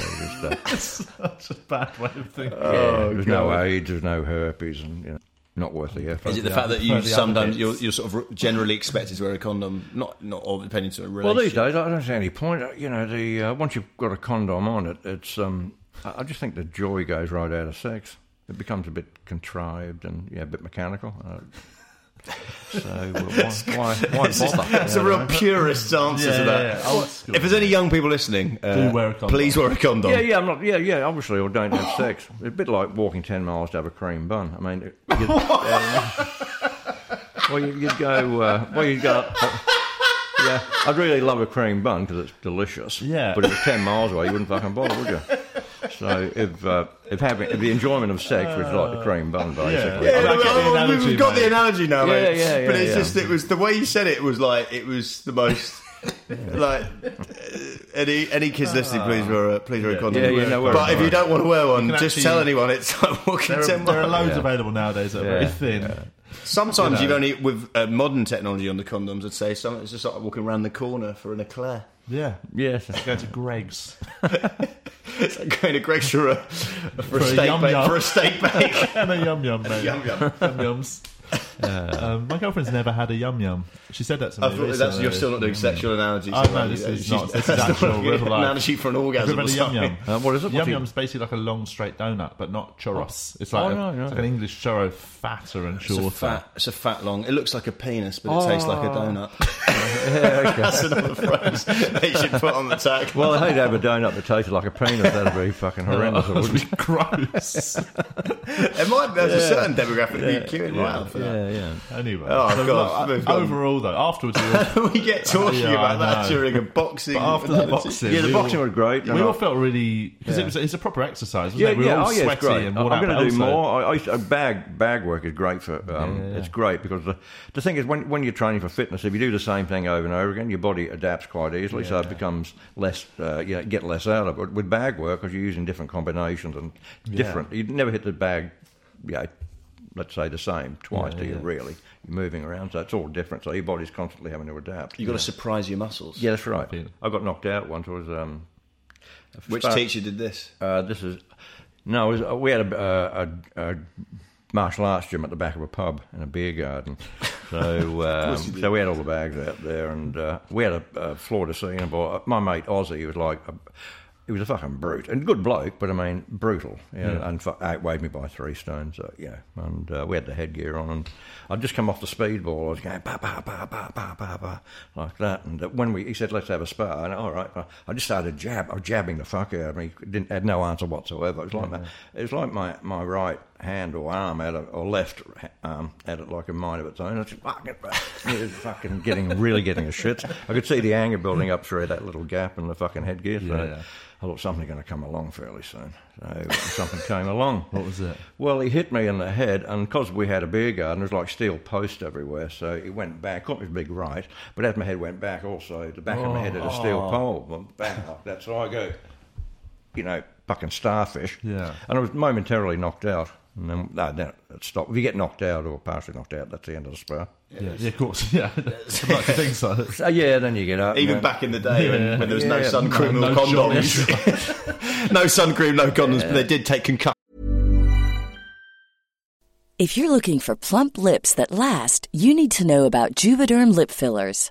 C: just, uh,
B: Such a bad way of thinking.
A: Oh,
C: yeah, there's no AIDS, there's no herpes, and you know, not worth the effort.
A: Is it the fact that you
B: for the
A: sometimes
B: other
A: you're, you're sort of generally expected to wear a condom, not not all depending on a
C: well,
A: relationship?
C: these days I don't see any point. You know, the uh, once you've got a condom on it, it's. Um, I I just think the joy goes right out of sex. It becomes a bit contrived and yeah, a bit mechanical. Uh, so uh, why, why, why bother?
A: That's a
C: You know?
A: real purist answer
B: Yeah,
A: to that.
B: yeah, yeah. Old school.
A: If there's any young people listening, uh,
B: wear a condom.
A: please wear a condom.
B: Um,
C: Yeah, yeah, I'm not. Yeah, yeah, obviously, or don't have sex. It's a bit like walking ten miles to have a cream bun. I mean, it- you'd, um, well, you'd, you'd go. Uh, well, you'd go. uh, yeah, I'd really love a cream bun because it's delicious.
B: Yeah.
C: but if it's ten miles away, you wouldn't fucking bother, would you? So if uh, if having if the enjoyment of sex was like the cream bun, basically.
B: Yeah,
A: Yeah,
B: I get the
A: well,
B: analogy,
A: we've got
B: mate.
A: the analogy now,
C: Yeah,
A: mate.
C: yeah, yeah,
A: but it's
C: yeah.
A: just it was the way you said it was like it was the most like uh, any any kids listening, please wear a please wear a condom.
C: yeah, yeah, no, wear a
A: but if
C: condom.
A: you don't want to wear one,
B: can
A: just
B: actually-
A: tell anyone it's like walking
B: There are,
A: ten
B: there are
A: miles.
B: loads
C: Yeah.
B: available nowadays that are very
C: Yeah,
B: thin.
A: Sometimes you have only with uh, modern technology on the condoms, I'd say some, it's just like walking around the corner for an eclair.
B: Yeah.
C: Yes.
B: Go to Greg's.
A: It's like going to Greg's for a, for,
B: For
A: a
B: a
A: steak
B: yum
A: bake,
B: yum.
A: for a steak bake.
B: and a yum yum, mate.
A: yum yum.
B: Yum yums. Um, my girlfriend's never had a yum yum. She said that to me.
A: I thought that's,
B: recently.
A: you're still not doing sexual analogies.
B: Oh,
A: are
B: no,
A: you?
B: this is
A: She's-
B: not- this is
A: that's
B: actual
A: not
B: real
A: an
B: life.
A: analogy for an
B: Have you
A: orgasm
B: ever
A: or
B: had a yum
A: something.
B: yum?
C: Uh, what is it? What's
B: Yum
C: it-
B: yum's basically like a long straight donut, but not churros. It's like,
C: Oh,
B: a-
C: no, no.
B: it's like an English churro, fatter and
A: It's
B: shorter.
A: a fat. It's a fat long. It looks like a penis, but it tastes like a
B: Ah.
A: donut. That's another phrase they should put on the tag.
C: Well, I hate to have a donut that tasted like a penis. That'd be fucking horrendous,
B: That would be
C: wouldn't it?
B: gross.
A: there might there's a certain demographic yeah, queuing right up for that.
C: Yeah, yeah.
B: anyway,
A: Oh,
B: so
A: God,
B: look,
A: we've gone.
B: overall though, afterwards we all,
A: we get talking
B: Yeah,
A: about
B: I
A: that
B: know.
A: during a boxing.
B: but after the
A: analogy.
B: boxing,
C: Yeah, the
B: we
C: boxing
B: all,
C: was great.
B: We all felt really because it was it's a proper exercise. Wasn't
C: Yeah,
B: it? We were
C: yeah,
B: all
C: oh, yeah, it's
B: sweaty
C: great.
B: and
C: I'm
B: worn out.
C: going
B: but
C: to do
B: also-
C: more. I, I, used to- bag bag work is great for. Um, It's great because the, the thing is when when you're training for fitness, if you do the same thing over and over again, your body adapts quite easily, so it becomes less. Uh, you know, get less out of it. With bag work, because you're using different combinations and different, you never hit the bag. Yeah. Let's say the same twice, do you really? You're moving around, so it's all different. So your body's constantly having to adapt.
A: You've got to surprise your muscles.
C: yeah, that's right. I got knocked out once. I was um,
A: Which
C: But-
A: teacher did this?
C: uh, this is no. It was, we had a, uh, a, a martial arts gym at the back of a pub in a beer garden, so um, so we had all the bags out there, and uh, we had a, a floor to ceiling. But my mate Ozzy was like. A, he was a fucking brute and good bloke, but I mean brutal. You know, And fu- outweighed me by three stones. So yeah, and uh, we had the headgear on, and I'd just come off the speedball. I was going ba ba ba ba ba ba ba like that. And uh, when we, he said, "Let's have a spar," and all right, I just started jab. I was jabbing the fuck out of me. Didn't had no answer whatsoever. It was like my, it was like my, my right hand or arm had a, or left arm had it like a mind of its own. I was, just fucking, it was fucking getting really getting a shit. I could see the anger building up through that little gap in the fucking headgear. So
B: Yeah.
C: I thought something's going to come along fairly soon. So something came along.
B: What was it?
C: Well, he hit me in the head, and because we had a beer garden, there was like steel posts everywhere, so it went back. Caught me a big right, but as my head went back, also the back of my head had a steel
B: Oh.
C: pole. went Back like that, so I go, you know, fucking starfish.
B: Yeah.
C: And I was momentarily knocked out, and then no, then it stopped. If you get knocked out or partially knocked out, that's the end of the spar.
B: Yeah, yeah, of course. Yeah, I'd like to think so.
C: So yeah, then you get up.
A: Even
C: yeah.
A: back in the day when, when there was no
C: Yeah.
A: sun cream
B: No
A: or
B: shortage.
A: condoms. no sun cream, no condoms, but they did take concussions.
D: If you're looking for plump lips that last, you need to know about Juvederm lip fillers.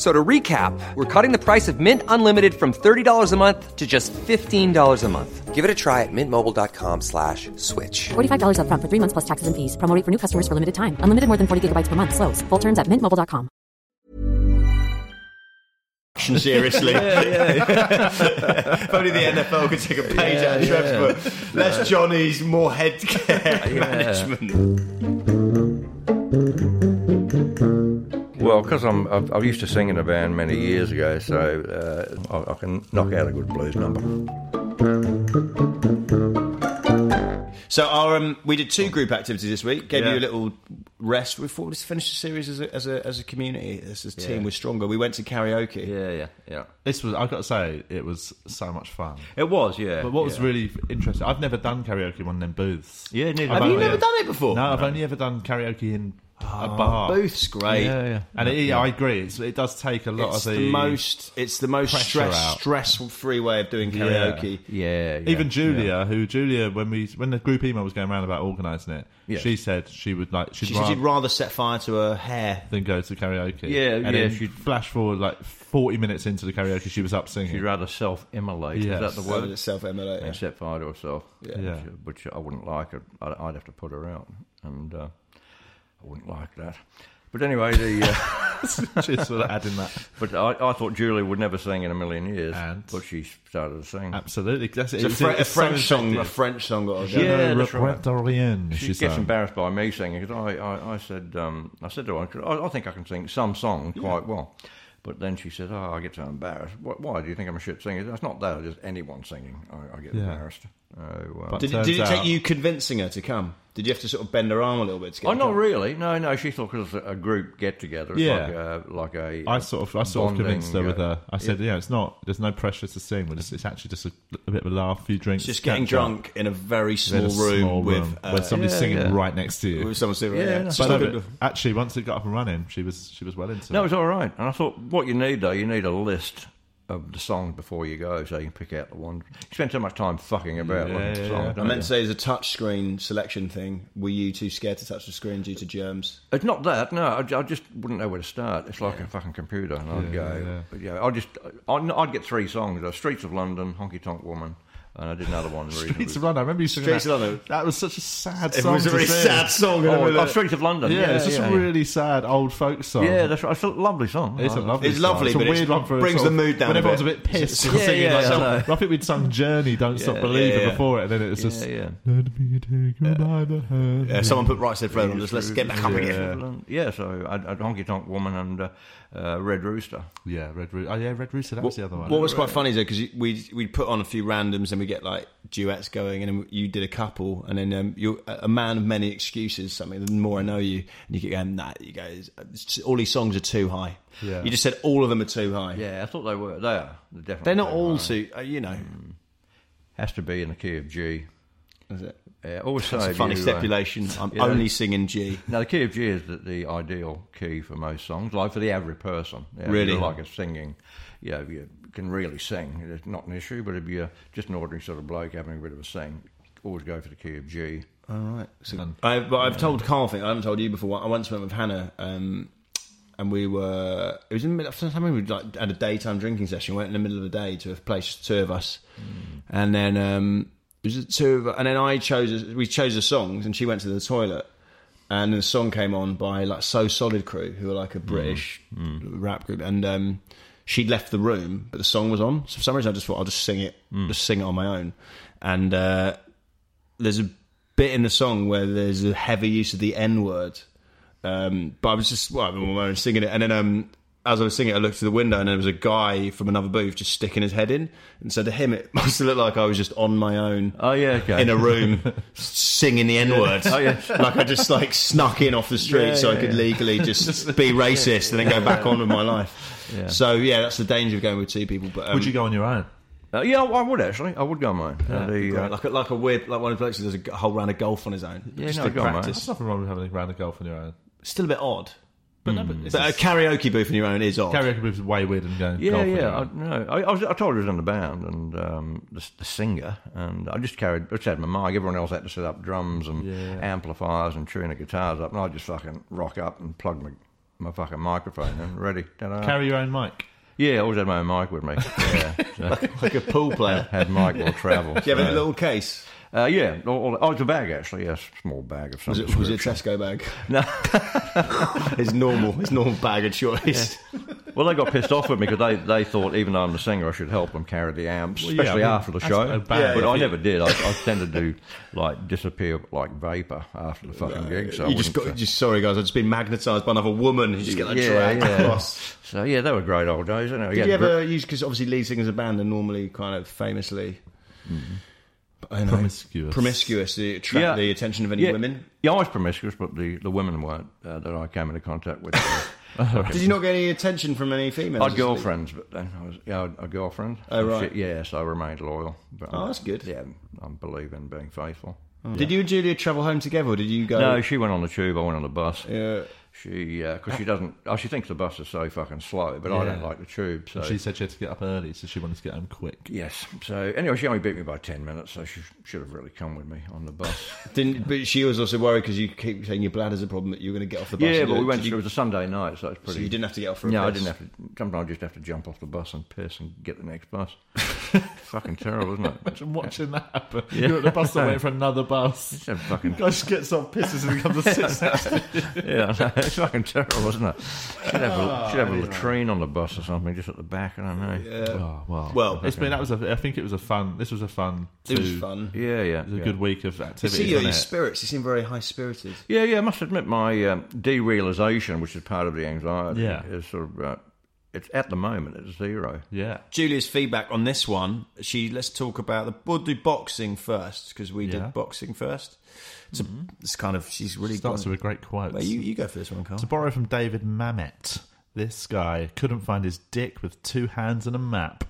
E: So to recap, we're cutting the price of Mint Unlimited from $30 a month to just $15 a month. Give it a try at mintmobile.com slash switch.
F: $45 upfront for three months plus taxes and fees. Promo rate for new customers for limited time. Unlimited more than 40 gigabytes per month. Slows. Full terms at mintmobile.com.
A: seriously. if only the NFL could take a page out of Trev's book. Less Johnny's, more head care management.
C: Well, because I'm, I've, I used to sing in a band many years ago, so uh, I, I can knock out a good blues number.
A: So our um, we did two group activities this week. Gave
B: Yeah.
A: you a little rest. We thought let's finish the series as a as a, as a community, as a team. We're stronger. We went to karaoke.
C: Yeah, yeah, yeah.
B: This was, I've got to say, it was so much fun.
C: It was, yeah.
B: But what was
C: yeah.
B: really interesting, I've never done karaoke in one of them booths.
C: Yeah, neither
B: I've
C: have
A: Have you
B: only-
A: never done it before?
B: No, I've only ever done karaoke in a bar.
A: Booth's Oh, great.
B: Yeah, yeah. And it, I agree. It's, it does take a lot
A: It's
B: of
A: the,
B: the,
A: most it's the most
B: pressure
A: stress,
B: out.
A: stressful-free way of doing karaoke.
C: Yeah, yeah.
B: Even Julia, who Julia, when we when the group email was going around about organising it,
C: Yeah.
B: she said she would like she'd,
A: She
B: rather
A: said she'd rather set fire to her hair.
B: than go to karaoke.
C: Yeah,
B: and
C: yeah,
B: Then
C: she'd-
B: flash forward like forty minutes into the karaoke, she was up singing.
C: She'd rather self-immolate.
B: Yes.
C: Is that the
A: Rather
C: word?
A: than self-immolate.
C: And set fire to herself.
B: Yeah.
C: Which, which I wouldn't like. I'd, I'd I'd have to put her out, and uh, I wouldn't like that. But anyway, the. Uh,
B: Just sort of adding that.
C: But I, I thought Julie would never sing in a million years,
B: And?
C: but she started to sing.
B: Absolutely, 'cause that's
A: It's
B: it.
A: a,
B: It's-
A: Fre- a
B: it's so
A: French song. A
B: effective.
A: French song. Got
B: Je
A: yeah.
B: ne
C: Yeah, that's
B: regrette rien,
C: She,
B: she
C: gets
B: sang.
C: embarrassed by me singing because I, I, I said um, I said to her, I, I think I can sing some song quite well, but then she said, "Ah, Oh, I get so embarrassed. Why, why do you think I'm a shit singer? That's not that. It's just anyone singing. I, I get
B: Yeah.
C: embarrassed. Oh, uh,
B: But
A: Did,
B: turns
A: did it take
B: out-
A: you convincing her to come? Did you have to sort of bend her arm a little bit to get
C: Oh,
A: her to
C: not
A: come?
C: really. No, no. She thought it was a a group get together.
B: Yeah.
C: Like a, like a
B: I sort of, I sort of
C: bonding,
B: convinced her with
C: uh,
B: her. I said, yeah. it's not. There's no pressure to sing. We're just, it's actually just a, a bit of a laugh, a few drinks,
A: It's just getting
B: catch up."
A: drunk in a very small,
B: In a
A: room,
B: small
A: with,
B: room
A: uh,
B: where somebody's
C: yeah,
B: singing
C: yeah.
B: right next to you.
A: with someone sitting
C: Yeah,
A: yeah,
C: no.
A: Just
B: But no,
A: looking
B: but
A: to-
B: actually, once it got up and running, she was she was well into
C: No,
B: it.
C: it's all right. And I thought, what you need though, you need a list of the songs before you go, so you can pick out the ones. You spend so much time fucking about looking for songs.
A: I
C: don't
A: meant to
C: you?
A: say there's a touch screen selection thing. Were you too scared to touch the screen due to germs?
C: It's not that. No, I, I just wouldn't know where to start. It's like a fucking computer, and I'd go. But yeah, I just I'd, I'd get three songs: uh, "Streets of London," "Honky Tonk Woman,and I did another one.
B: Streets of London. I remember you singing
A: Streets
B: that.
A: of London.
B: That was such a sad
A: It
B: song.
A: was a
B: to
A: really
B: sing.
A: sad song. I
C: Oh,
A: remember
C: oh,
A: that.
C: Streets of London.
B: Yeah,
C: Yeah,
B: it's just
C: yeah,
B: a really sad old folk song.
C: Yeah, that's right. It's a lovely song. Uh,
B: It's a
C: I-
B: lovely.
A: It's
B: song.
A: lovely,
B: It's a
A: but it's-
B: weird one for a
A: brings
B: sort of-
A: the mood down
B: When
A: a
B: everyone's a
A: bit.
B: bit pissed,
C: Yeah,
B: singing
C: yeah,
B: like
C: I
B: some-
C: know.
B: I think we'd sung "Journey," "Don't Stop
C: Yeah,
B: Believing"
A: yeah, yeah.
B: before it, and then it was
C: Yeah,
B: just
C: yeah.
B: "Let me take you by the hand."
A: Yeah, someone put right said Fred on. Just let's get back up again.
C: Yeah, yeah so I'd, I'd Honky Tonk Woman and uh, uh, Red Rooster.
B: Yeah, Red Rooster. Oh yeah, Red Rooster. That was the other one.
A: What was quite funny is because we we put on a few randoms and we get like duets going, and then you did a couple, and then um, you're a man of many excuses. Something the more I know you, and you keep going, nah, you guys, all these songs are too high.
B: Yeah.
A: You just said all of them are too high.
C: Yeah, I thought they were. They are. They're, definitely
A: They're not all
C: right.
A: too, uh, you know.
C: Has to be in the key of G.
A: Is it?
C: Yeah, always
A: That's
C: say
A: a
C: if
A: funny
C: you, uh,
A: stipulation. I'm
C: you know-
A: only singing G.
C: Now, the key of G is the, the ideal key for most songs, like for the average person. Yeah, if
A: Really?
C: you're like a singing, you know, if you can really sing, it's not an issue, but if you're just an ordinary sort of bloke having a bit of a sing, always go for the key of G.
A: All right. So, I, but I've told Carl thing. I haven't told you before. I once went with Hannah, um, and we were. It was in the middle. I remember we like had a daytime drinking session. We went in the middle of the day to a place, two of us, and then um, it was the two of. And then I chose. We chose the songs, and she went to the toilet. And the song came on by like So Solid Crew, who are like a British
C: Mm,
A: rap group, and um, she'd left the room, but the song was on. So for some reason, I just thought I'll just sing it,
C: Mm.
A: just sing it on my own, and. Uh, there's a bit in the song where there's a heavy use of the N word. Um, but I was just well, I was singing it, and then um, as I was singing it, I looked to the window, and there was a guy from another booth just sticking his head in. And so to him, it must have looked like I was just on my own
C: Oh, yeah, okay.
A: in a room singing the N word.
C: Oh, yeah.
A: like I just like snuck in off the street
C: Yeah,
A: so I
C: yeah,
A: could
C: yeah.
A: legally just be racist and then go back on with my life.
C: Yeah.
A: So yeah, that's the danger of going with two people. But um,
B: Would you go on your own?
C: Uh, yeah, I would actually. I would go mine. Uh, the, uh,
A: like a, like a weird like one of the blokes who does a whole round of golf on his own?
C: Yeah,
A: just
C: no,
A: to
C: I'd go on mine.
A: practice.
B: There's nothing wrong with having a round of golf on your own.
A: still a bit odd. Hmm.
B: But no, but it's
A: But a karaoke booth on your own is odd.
B: karaoke booth is way weirder than going
C: Yeah,
B: golf. on your
C: yeah, I,
B: own.
C: no, I, I, was, I told her I was in the band and um, the, the singer, and I just carried, I just had my mic. Everyone else had to set up drums and amplifiers and tune the guitars up, and I just fucking rock up and plug my my fucking microphone in, ready. Ta-da.
B: Carry your own mic.
C: yeah, I always had my own mic with me. Yeah, so
A: like a pool player.
C: had mic while travel.
A: Do you have a
C: so-
A: little case?
C: Uh, yeah, all, all, oh, it's a bag actually. Yeah, small bag of
A: Was
C: something.
A: it, was it a Tesco bag? No. his normal, his normal bag of choice.
C: Well, they got pissed off with me because they, they thought even though I'm the singer, I should help them carry the amps,
B: yeah,
C: especially
B: I mean,
C: after the
B: that's
C: show.
B: no bad.
C: but
B: Yeah,
C: I
B: yeah.
C: never did. I, I tended to like disappear like vapor after the fucking gig. So I
A: you just got,
C: wouldn't, uh,
A: just sorry guys, I've just been magnetised by another woman who's just getting
C: Yeah,
A: dragged
C: yeah.
A: across.
C: So yeah, they were great old days. Anyway,
A: Did you ever use because obviously lead singers of band are normally kind of famously I don't know,
B: Promiscuous.
A: promiscuous to attract the attention of any
C: yeah,
A: women.
C: Yeah, I was promiscuous, but the, the women weren't uh, that I came into contact with. Uh,
A: Did you not get any attention from any females?
C: I'd girlfriends, but then I was yeah, I'd- a girlfriend.
A: Oh, right.
C: She- yeah, so I remained loyal. But
A: Oh,
C: I'm-
A: that's good.
C: Yeah, I believe in being faithful.
A: Oh. Did you and Julia travel home together, or did you go? uh,
C: No, she went on the tube. I went on the bus.
A: Yeah.
C: She, because she doesn't, oh, she thinks the bus is so fucking slow, but I don't like the tube. So
B: She said she had to get up early, so she wanted to get home quick.
C: yes. So anyway, she only beat me by ten minutes, so she should have really come with me on the bus.
A: Didn't, but she was also worried because you keep saying your bladder's a problem that you were going to get off the bus.
C: yeah,
A: and
C: but
A: do
C: we
A: it.
C: went.
A: Did
C: It
A: You,
C: was a Sunday night, so it's pretty.
A: so you didn't have to get off for a
C: no, I
A: piss.
C: didn't have to. Sometimes I just have to jump off the bus and piss and get the next bus. fucking terrible, isn't it?
B: Imagine watching that happen. You're at the bus stop waiting for another bus.
C: It's a fucking
B: Guy just gets off, pisses, and comes and sits next to you.
C: yeah, I know. it's fucking terrible, isn't it? Should have a, should have a latrine on the bus or something, just at the back. I don't know.
B: Oh, well,
A: Well,
B: it's been. That was. A, I think it was a fun. This was a fun.
A: It was
B: two-
A: fun.
C: Yeah, yeah,
B: It was a
C: yeah.
B: good week of
A: You
B: activities.
A: see your,
B: wasn't
A: your
B: it?
A: spirits. You seem very high spirited.
C: Yeah, yeah. I must admit, my um, derealization, which is part of the anxiety,
B: Yeah.
C: is sort of uh, it's at the moment it's zero.
B: Yeah.
A: Julia's feedback on this one. She let's talk about the we'll do boxing first because we
B: Yeah. Mm-hmm.
A: did boxing first. So it's kind of she's really
B: Starts
A: gone-
B: with a great quote.
A: Well, you you go for this one, Carl.
B: To borrow from David Mamet, this guy couldn't find his dick with two hands and a map.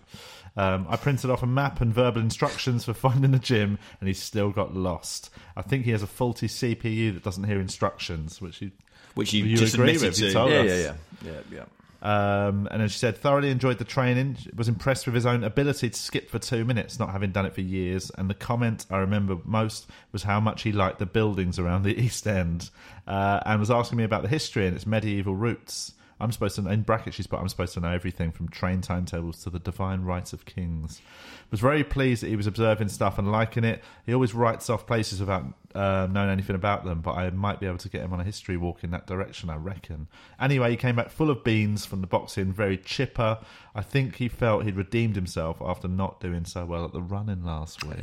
B: Um, I printed off a map and verbal instructions for finding a gym, and he still got lost. I think he has a faulty CPU that doesn't hear instructions, which he
A: Which you
B: you
A: just
B: agree
A: admitted
B: with, you
A: to.
B: told
C: Yeah,
B: us.
C: yeah, yeah, yeah, yeah.
B: Um, and then she said, thoroughly enjoyed the training, was impressed with his own ability to skip for two minutes, not having done it for years. And the comment I remember most was how much he liked the buildings around the East End uh, and was asking me about the history and its medieval roots. I'm supposed to, in brackets, she's put, I'm supposed to know everything from train timetables to the divine rights of kings. Was very pleased that he was observing stuff and liking it. He always writes off places without uh, knowing anything about them, but I might be able to get him on a history walk in that direction, I reckon. Anyway, he came back full of beans from the boxing, very chipper. I think he felt he'd redeemed himself after not doing so well at the running last week.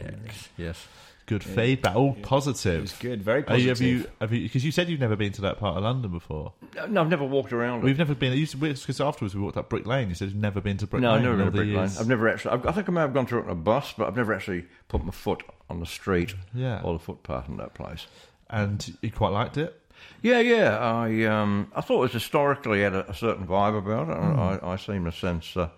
C: Yes.
B: Good feedback, all positive.
A: It's good, very
B: Are you, have you?
A: positive.
B: Have you? Because you said you've never been to that part of London before.
C: No, I've never walked around.
B: We've never been. Because afterwards we walked up Brick Lane. You said you've never been to Brick
C: no,
B: Lane.
C: I've never
B: in
C: been to
B: all the
C: Brick Lane.
B: years.
C: I've never actually. I've, I think I may have gone through it on a bus, but I've never actually put my foot on the street
B: Yeah.
C: or the footpath in that place.
B: And you quite liked it.
C: Yeah, yeah. I um, I thought it was historically had a, a certain vibe about it. and
B: Hmm.
C: I, I seem to sense uh,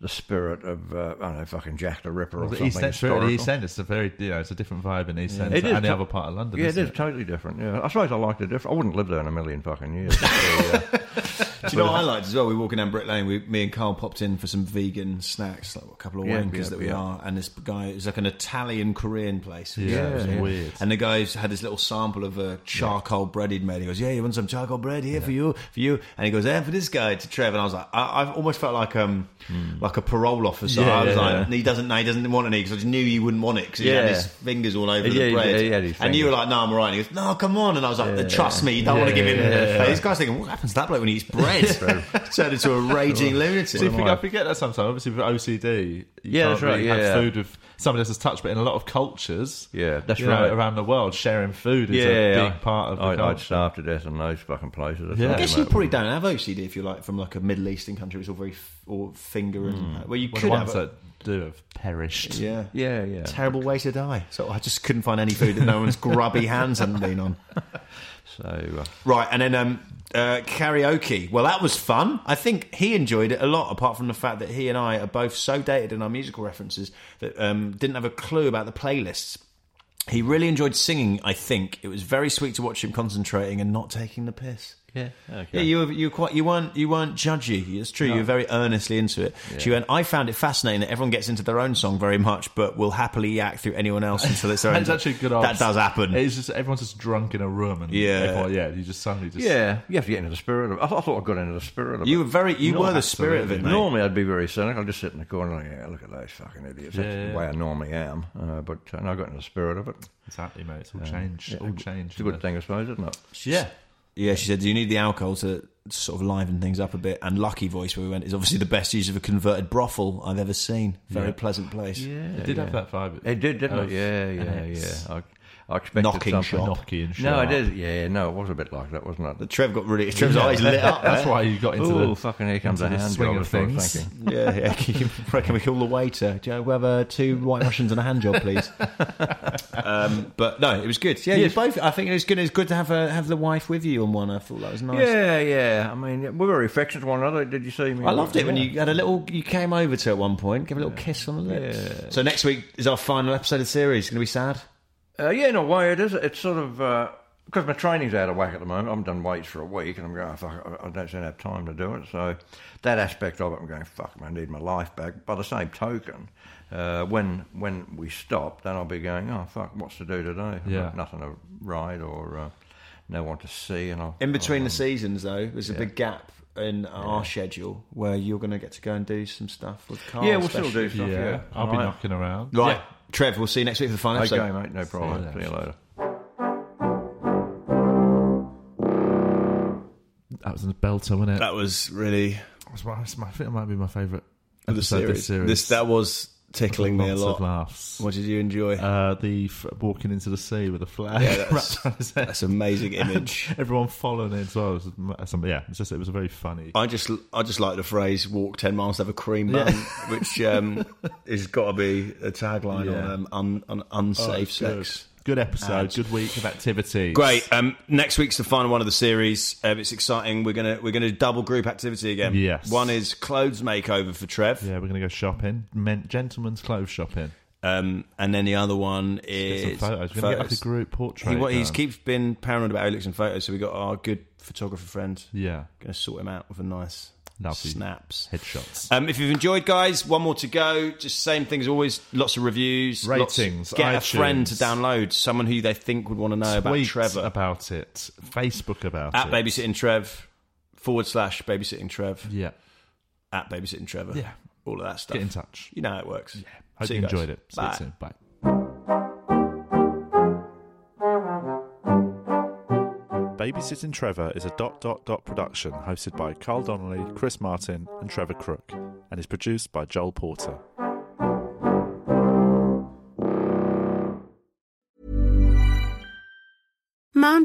C: the spirit of uh, I don't know, fucking Jack the Ripper or
B: Well, the
C: something.
B: East End,
C: historical.
B: the East End, it's a very, you know, it's a different vibe in East End
C: It
B: to
C: is
B: any
C: to-
B: other part of London.
C: Yeah, it
B: isn't
C: is totally different. Yeah, I suppose I liked it different. I wouldn't live there in a million fucking years. But, uh,
A: Do you know what I liked as well? We were walking down Brick Lane. We, me and Carl popped in for some vegan snacks, like a couple of
C: Yeah,
A: wankers
C: yeah,
A: that we
C: yeah.
A: are. And this guy it was like an Italian Korean place.
B: Yeah, it was weird.
A: And the guy's had this little sample of a charcoal bread he'd made. He goes, "Yeah, you want some charcoal bread here for you, for you." And he goes, "And for this guy to Trev." And I was like, I, I almost felt like um
C: Hmm.
A: like a parole officer.
B: Yeah,
A: I was
B: yeah,
A: like,
B: yeah.
A: "He doesn't, no, he doesn't want any." Because I just knew he wouldn't want it because he had
C: Yeah.
A: his fingers all over
C: Yeah,
A: the
C: he-
A: bread.
C: he had his
A: and you were
C: fingers.
A: like, "No, I'm alright." And he goes, "No, come on." And I was like, "Trust me, you don't want to give him." Like, this guy's thinking, "What happens to that bloke when he eats bread?" Turned into a raging lunatic.
B: See, I, think- I forget that sometimes. Obviously, with OCD, you
C: Yeah,
B: can't
C: that's right,
B: really
C: yeah,
B: have
C: yeah.
B: food with somebody else's touch. But in a lot of cultures,
C: Yeah, that's
B: you know,
C: right.
B: around the world, sharing food is
C: yeah,
B: a
C: yeah, Oh,
B: big part of the
C: I, I'd
B: culture.
C: starve to death in those fucking places. That's
B: Yeah.
C: all
A: I guess
C: know.
A: you probably don't have OCD if you're like from like a Middle Eastern country. It's all very f- or finger and uh, well, you
B: Hmm. Well, the
A: could
B: ones
A: have it.
B: that do have perished.
A: Yeah,
C: Yeah, yeah.
A: Terrible way to die. So I just couldn't find any food that no one's grubby hands hadn't been on.
C: So uh,
A: Right, and then um, uh, karaoke. Well, that was fun. I think he enjoyed it a lot, apart from the fact that he and I are both so dated in our musical references that um, didn't have a clue about the playlists. He really enjoyed singing. I think it was very sweet to watch him concentrating and not taking the piss.
C: yeah,
A: Yeah,
C: okay.
A: you were, you were quite you weren't you weren't judgy. It's true. You were very earnestly into it. She went. I found it fascinating that everyone gets into their own song very much, but will happily yak through anyone else until it's their own.
B: That's actually a good.
A: That
B: answer.
A: does happen.
B: It's just everyone's just drunk in a room, and
A: Yeah.
B: everyone- yeah, you just suddenly just
C: Yeah, you have to get into the spirit of it. I thought, I thought I got into the spirit of
A: you
C: it.
A: were very. You were the spirit of it. Mate.
C: Normally, I'd be very cynical. I'd just sit in the corner like, yeah, look at those fucking idiots. That's
B: Yeah, yeah.
C: the way I normally am. Uh, but uh, no, I got into the spirit of it.
B: exactly, mate. It's all changed.
C: Yeah,
B: all changed.
C: It's a good thing, I suppose, isn't it?
B: Yeah.
A: Yeah, she said, "Do you need the alcohol to sort of liven things up a bit?" And Lucky Voice, where we went, is obviously the best use of a converted brothel I've ever seen. Very pleasant place.
B: It did have that vibe.
C: It did, didn't
B: of
C: it? Yeah, yeah,
B: an ex.
C: yeah. I, I expected
A: Knocking
C: something.
A: shop.
B: Knocky and
C: No,
B: sharp.
C: it is. Yeah, no, it was a bit like that, wasn't
A: But
C: it?
A: Trev got really. Trev's eyes lit up.
B: That's
A: there.
B: why you got into
C: Ooh,
B: the
C: fucking here comes
B: into
C: a
B: the
C: hand
B: swing
C: job,
B: of
C: that's what I was
B: things.
C: thinking.
A: Yeah, yeah. Can, you, can we call the waiter? Do you know, we have uh, two white Russians and a hand job, please? um, but no, it was good. Yeah, you both. I think it was good. It was good to have a, have the wife with you on one. I thought that was nice.
C: Yeah, yeah. I mean, we were affectionate to one another. Did you see me?
A: I loved it when you had a little. You came over to her at one point, gave a little kiss on the lips. So next week is our final episode of the series. Going to be sad.
C: Uh, yeah, in a way it is. It's sort of because my training's out of whack at the moment. I haven't done weights for a week, and I'm going, oh, fuck, I- I don't seem to have time to do it. So that aspect of it, I'm going, fuck, man, I need my life back. By the same token, uh, when when we stop, then I'll be going, oh fuck, what's to do today? I've
B: Yeah.
C: got nothing to ride or uh, no one to see, and I'll
A: In between the seasons, though, there's a big gap in our schedule where you're going to get to go and do some stuff with Carl.
C: yeah, we'll still do
A: especially.
C: stuff. Yeah,
B: I'll be
C: All right.
B: knocking around.
A: Right, Trev. We'll see you next week for the final episode.
C: Okay, mate, no problem.
B: later.
C: See you later.
B: That was a belter, wasn't it?
A: That was really
B: was my, I think it might be my favourite
A: of the
B: episode of
A: series.
B: this series.
A: This that was tickling me a
B: Lots
A: lot.
B: of laughs.
A: What did you enjoy?
B: Uh, the f- walking into the sea with a flag
A: Yeah, that's-
B: wrapped around his head.
A: that's an amazing image.
B: Everyone following it as well. It was, that's- yeah, it's just, it was very funny.
A: I just I just like the phrase "walk ten miles to have a cream bun," which um, has got to be a tagline
B: Yeah.
A: on, um, un, on unsafe
B: Good.
A: sex.
B: Good episode.
A: Ads.
B: Good week of activities.
A: Great. Um, next week's the final one of the series. Um, it's exciting. We're gonna we're gonna double group activity again.
B: Yes.
A: One is clothes makeover for Trev,
B: Yeah, we're gonna go shopping. Men, gentlemen's clothes shopping.
A: um, and then the other one is
B: Get some photos. We're gonna get like a group portrait.
A: He, what, he's
B: done.
A: keeps been paranoid about how he looks in photos, so we got our good photographer friend.
B: Yeah,
A: Gonna sort him out with a nice
B: Lovely.
A: snaps.
B: headshots.
A: Um, if you've enjoyed, guys, one more to go. Just same thing as always. Lots of reviews, lots-
B: Ratings,
A: get a
B: iTunes.
A: friend to download someone who they think would want to know about
B: Tweet
A: Trevor
B: about it. Facebook about
A: at
B: it.
A: babysitting Trev forward slash babysitting Trev
B: Yeah,
A: at babysitting Trevor.
B: Yeah.
A: all of that stuff.
B: get in touch.
A: You know how it works. Yeah,
B: Hope you, enjoyed it. See you soon. Bye. Babysitting Trevor is a dot dot dot production hosted by Carl Donnelly, Chris Martin, and Trevor Crook, and is produced by Joel Porter.
D: Mom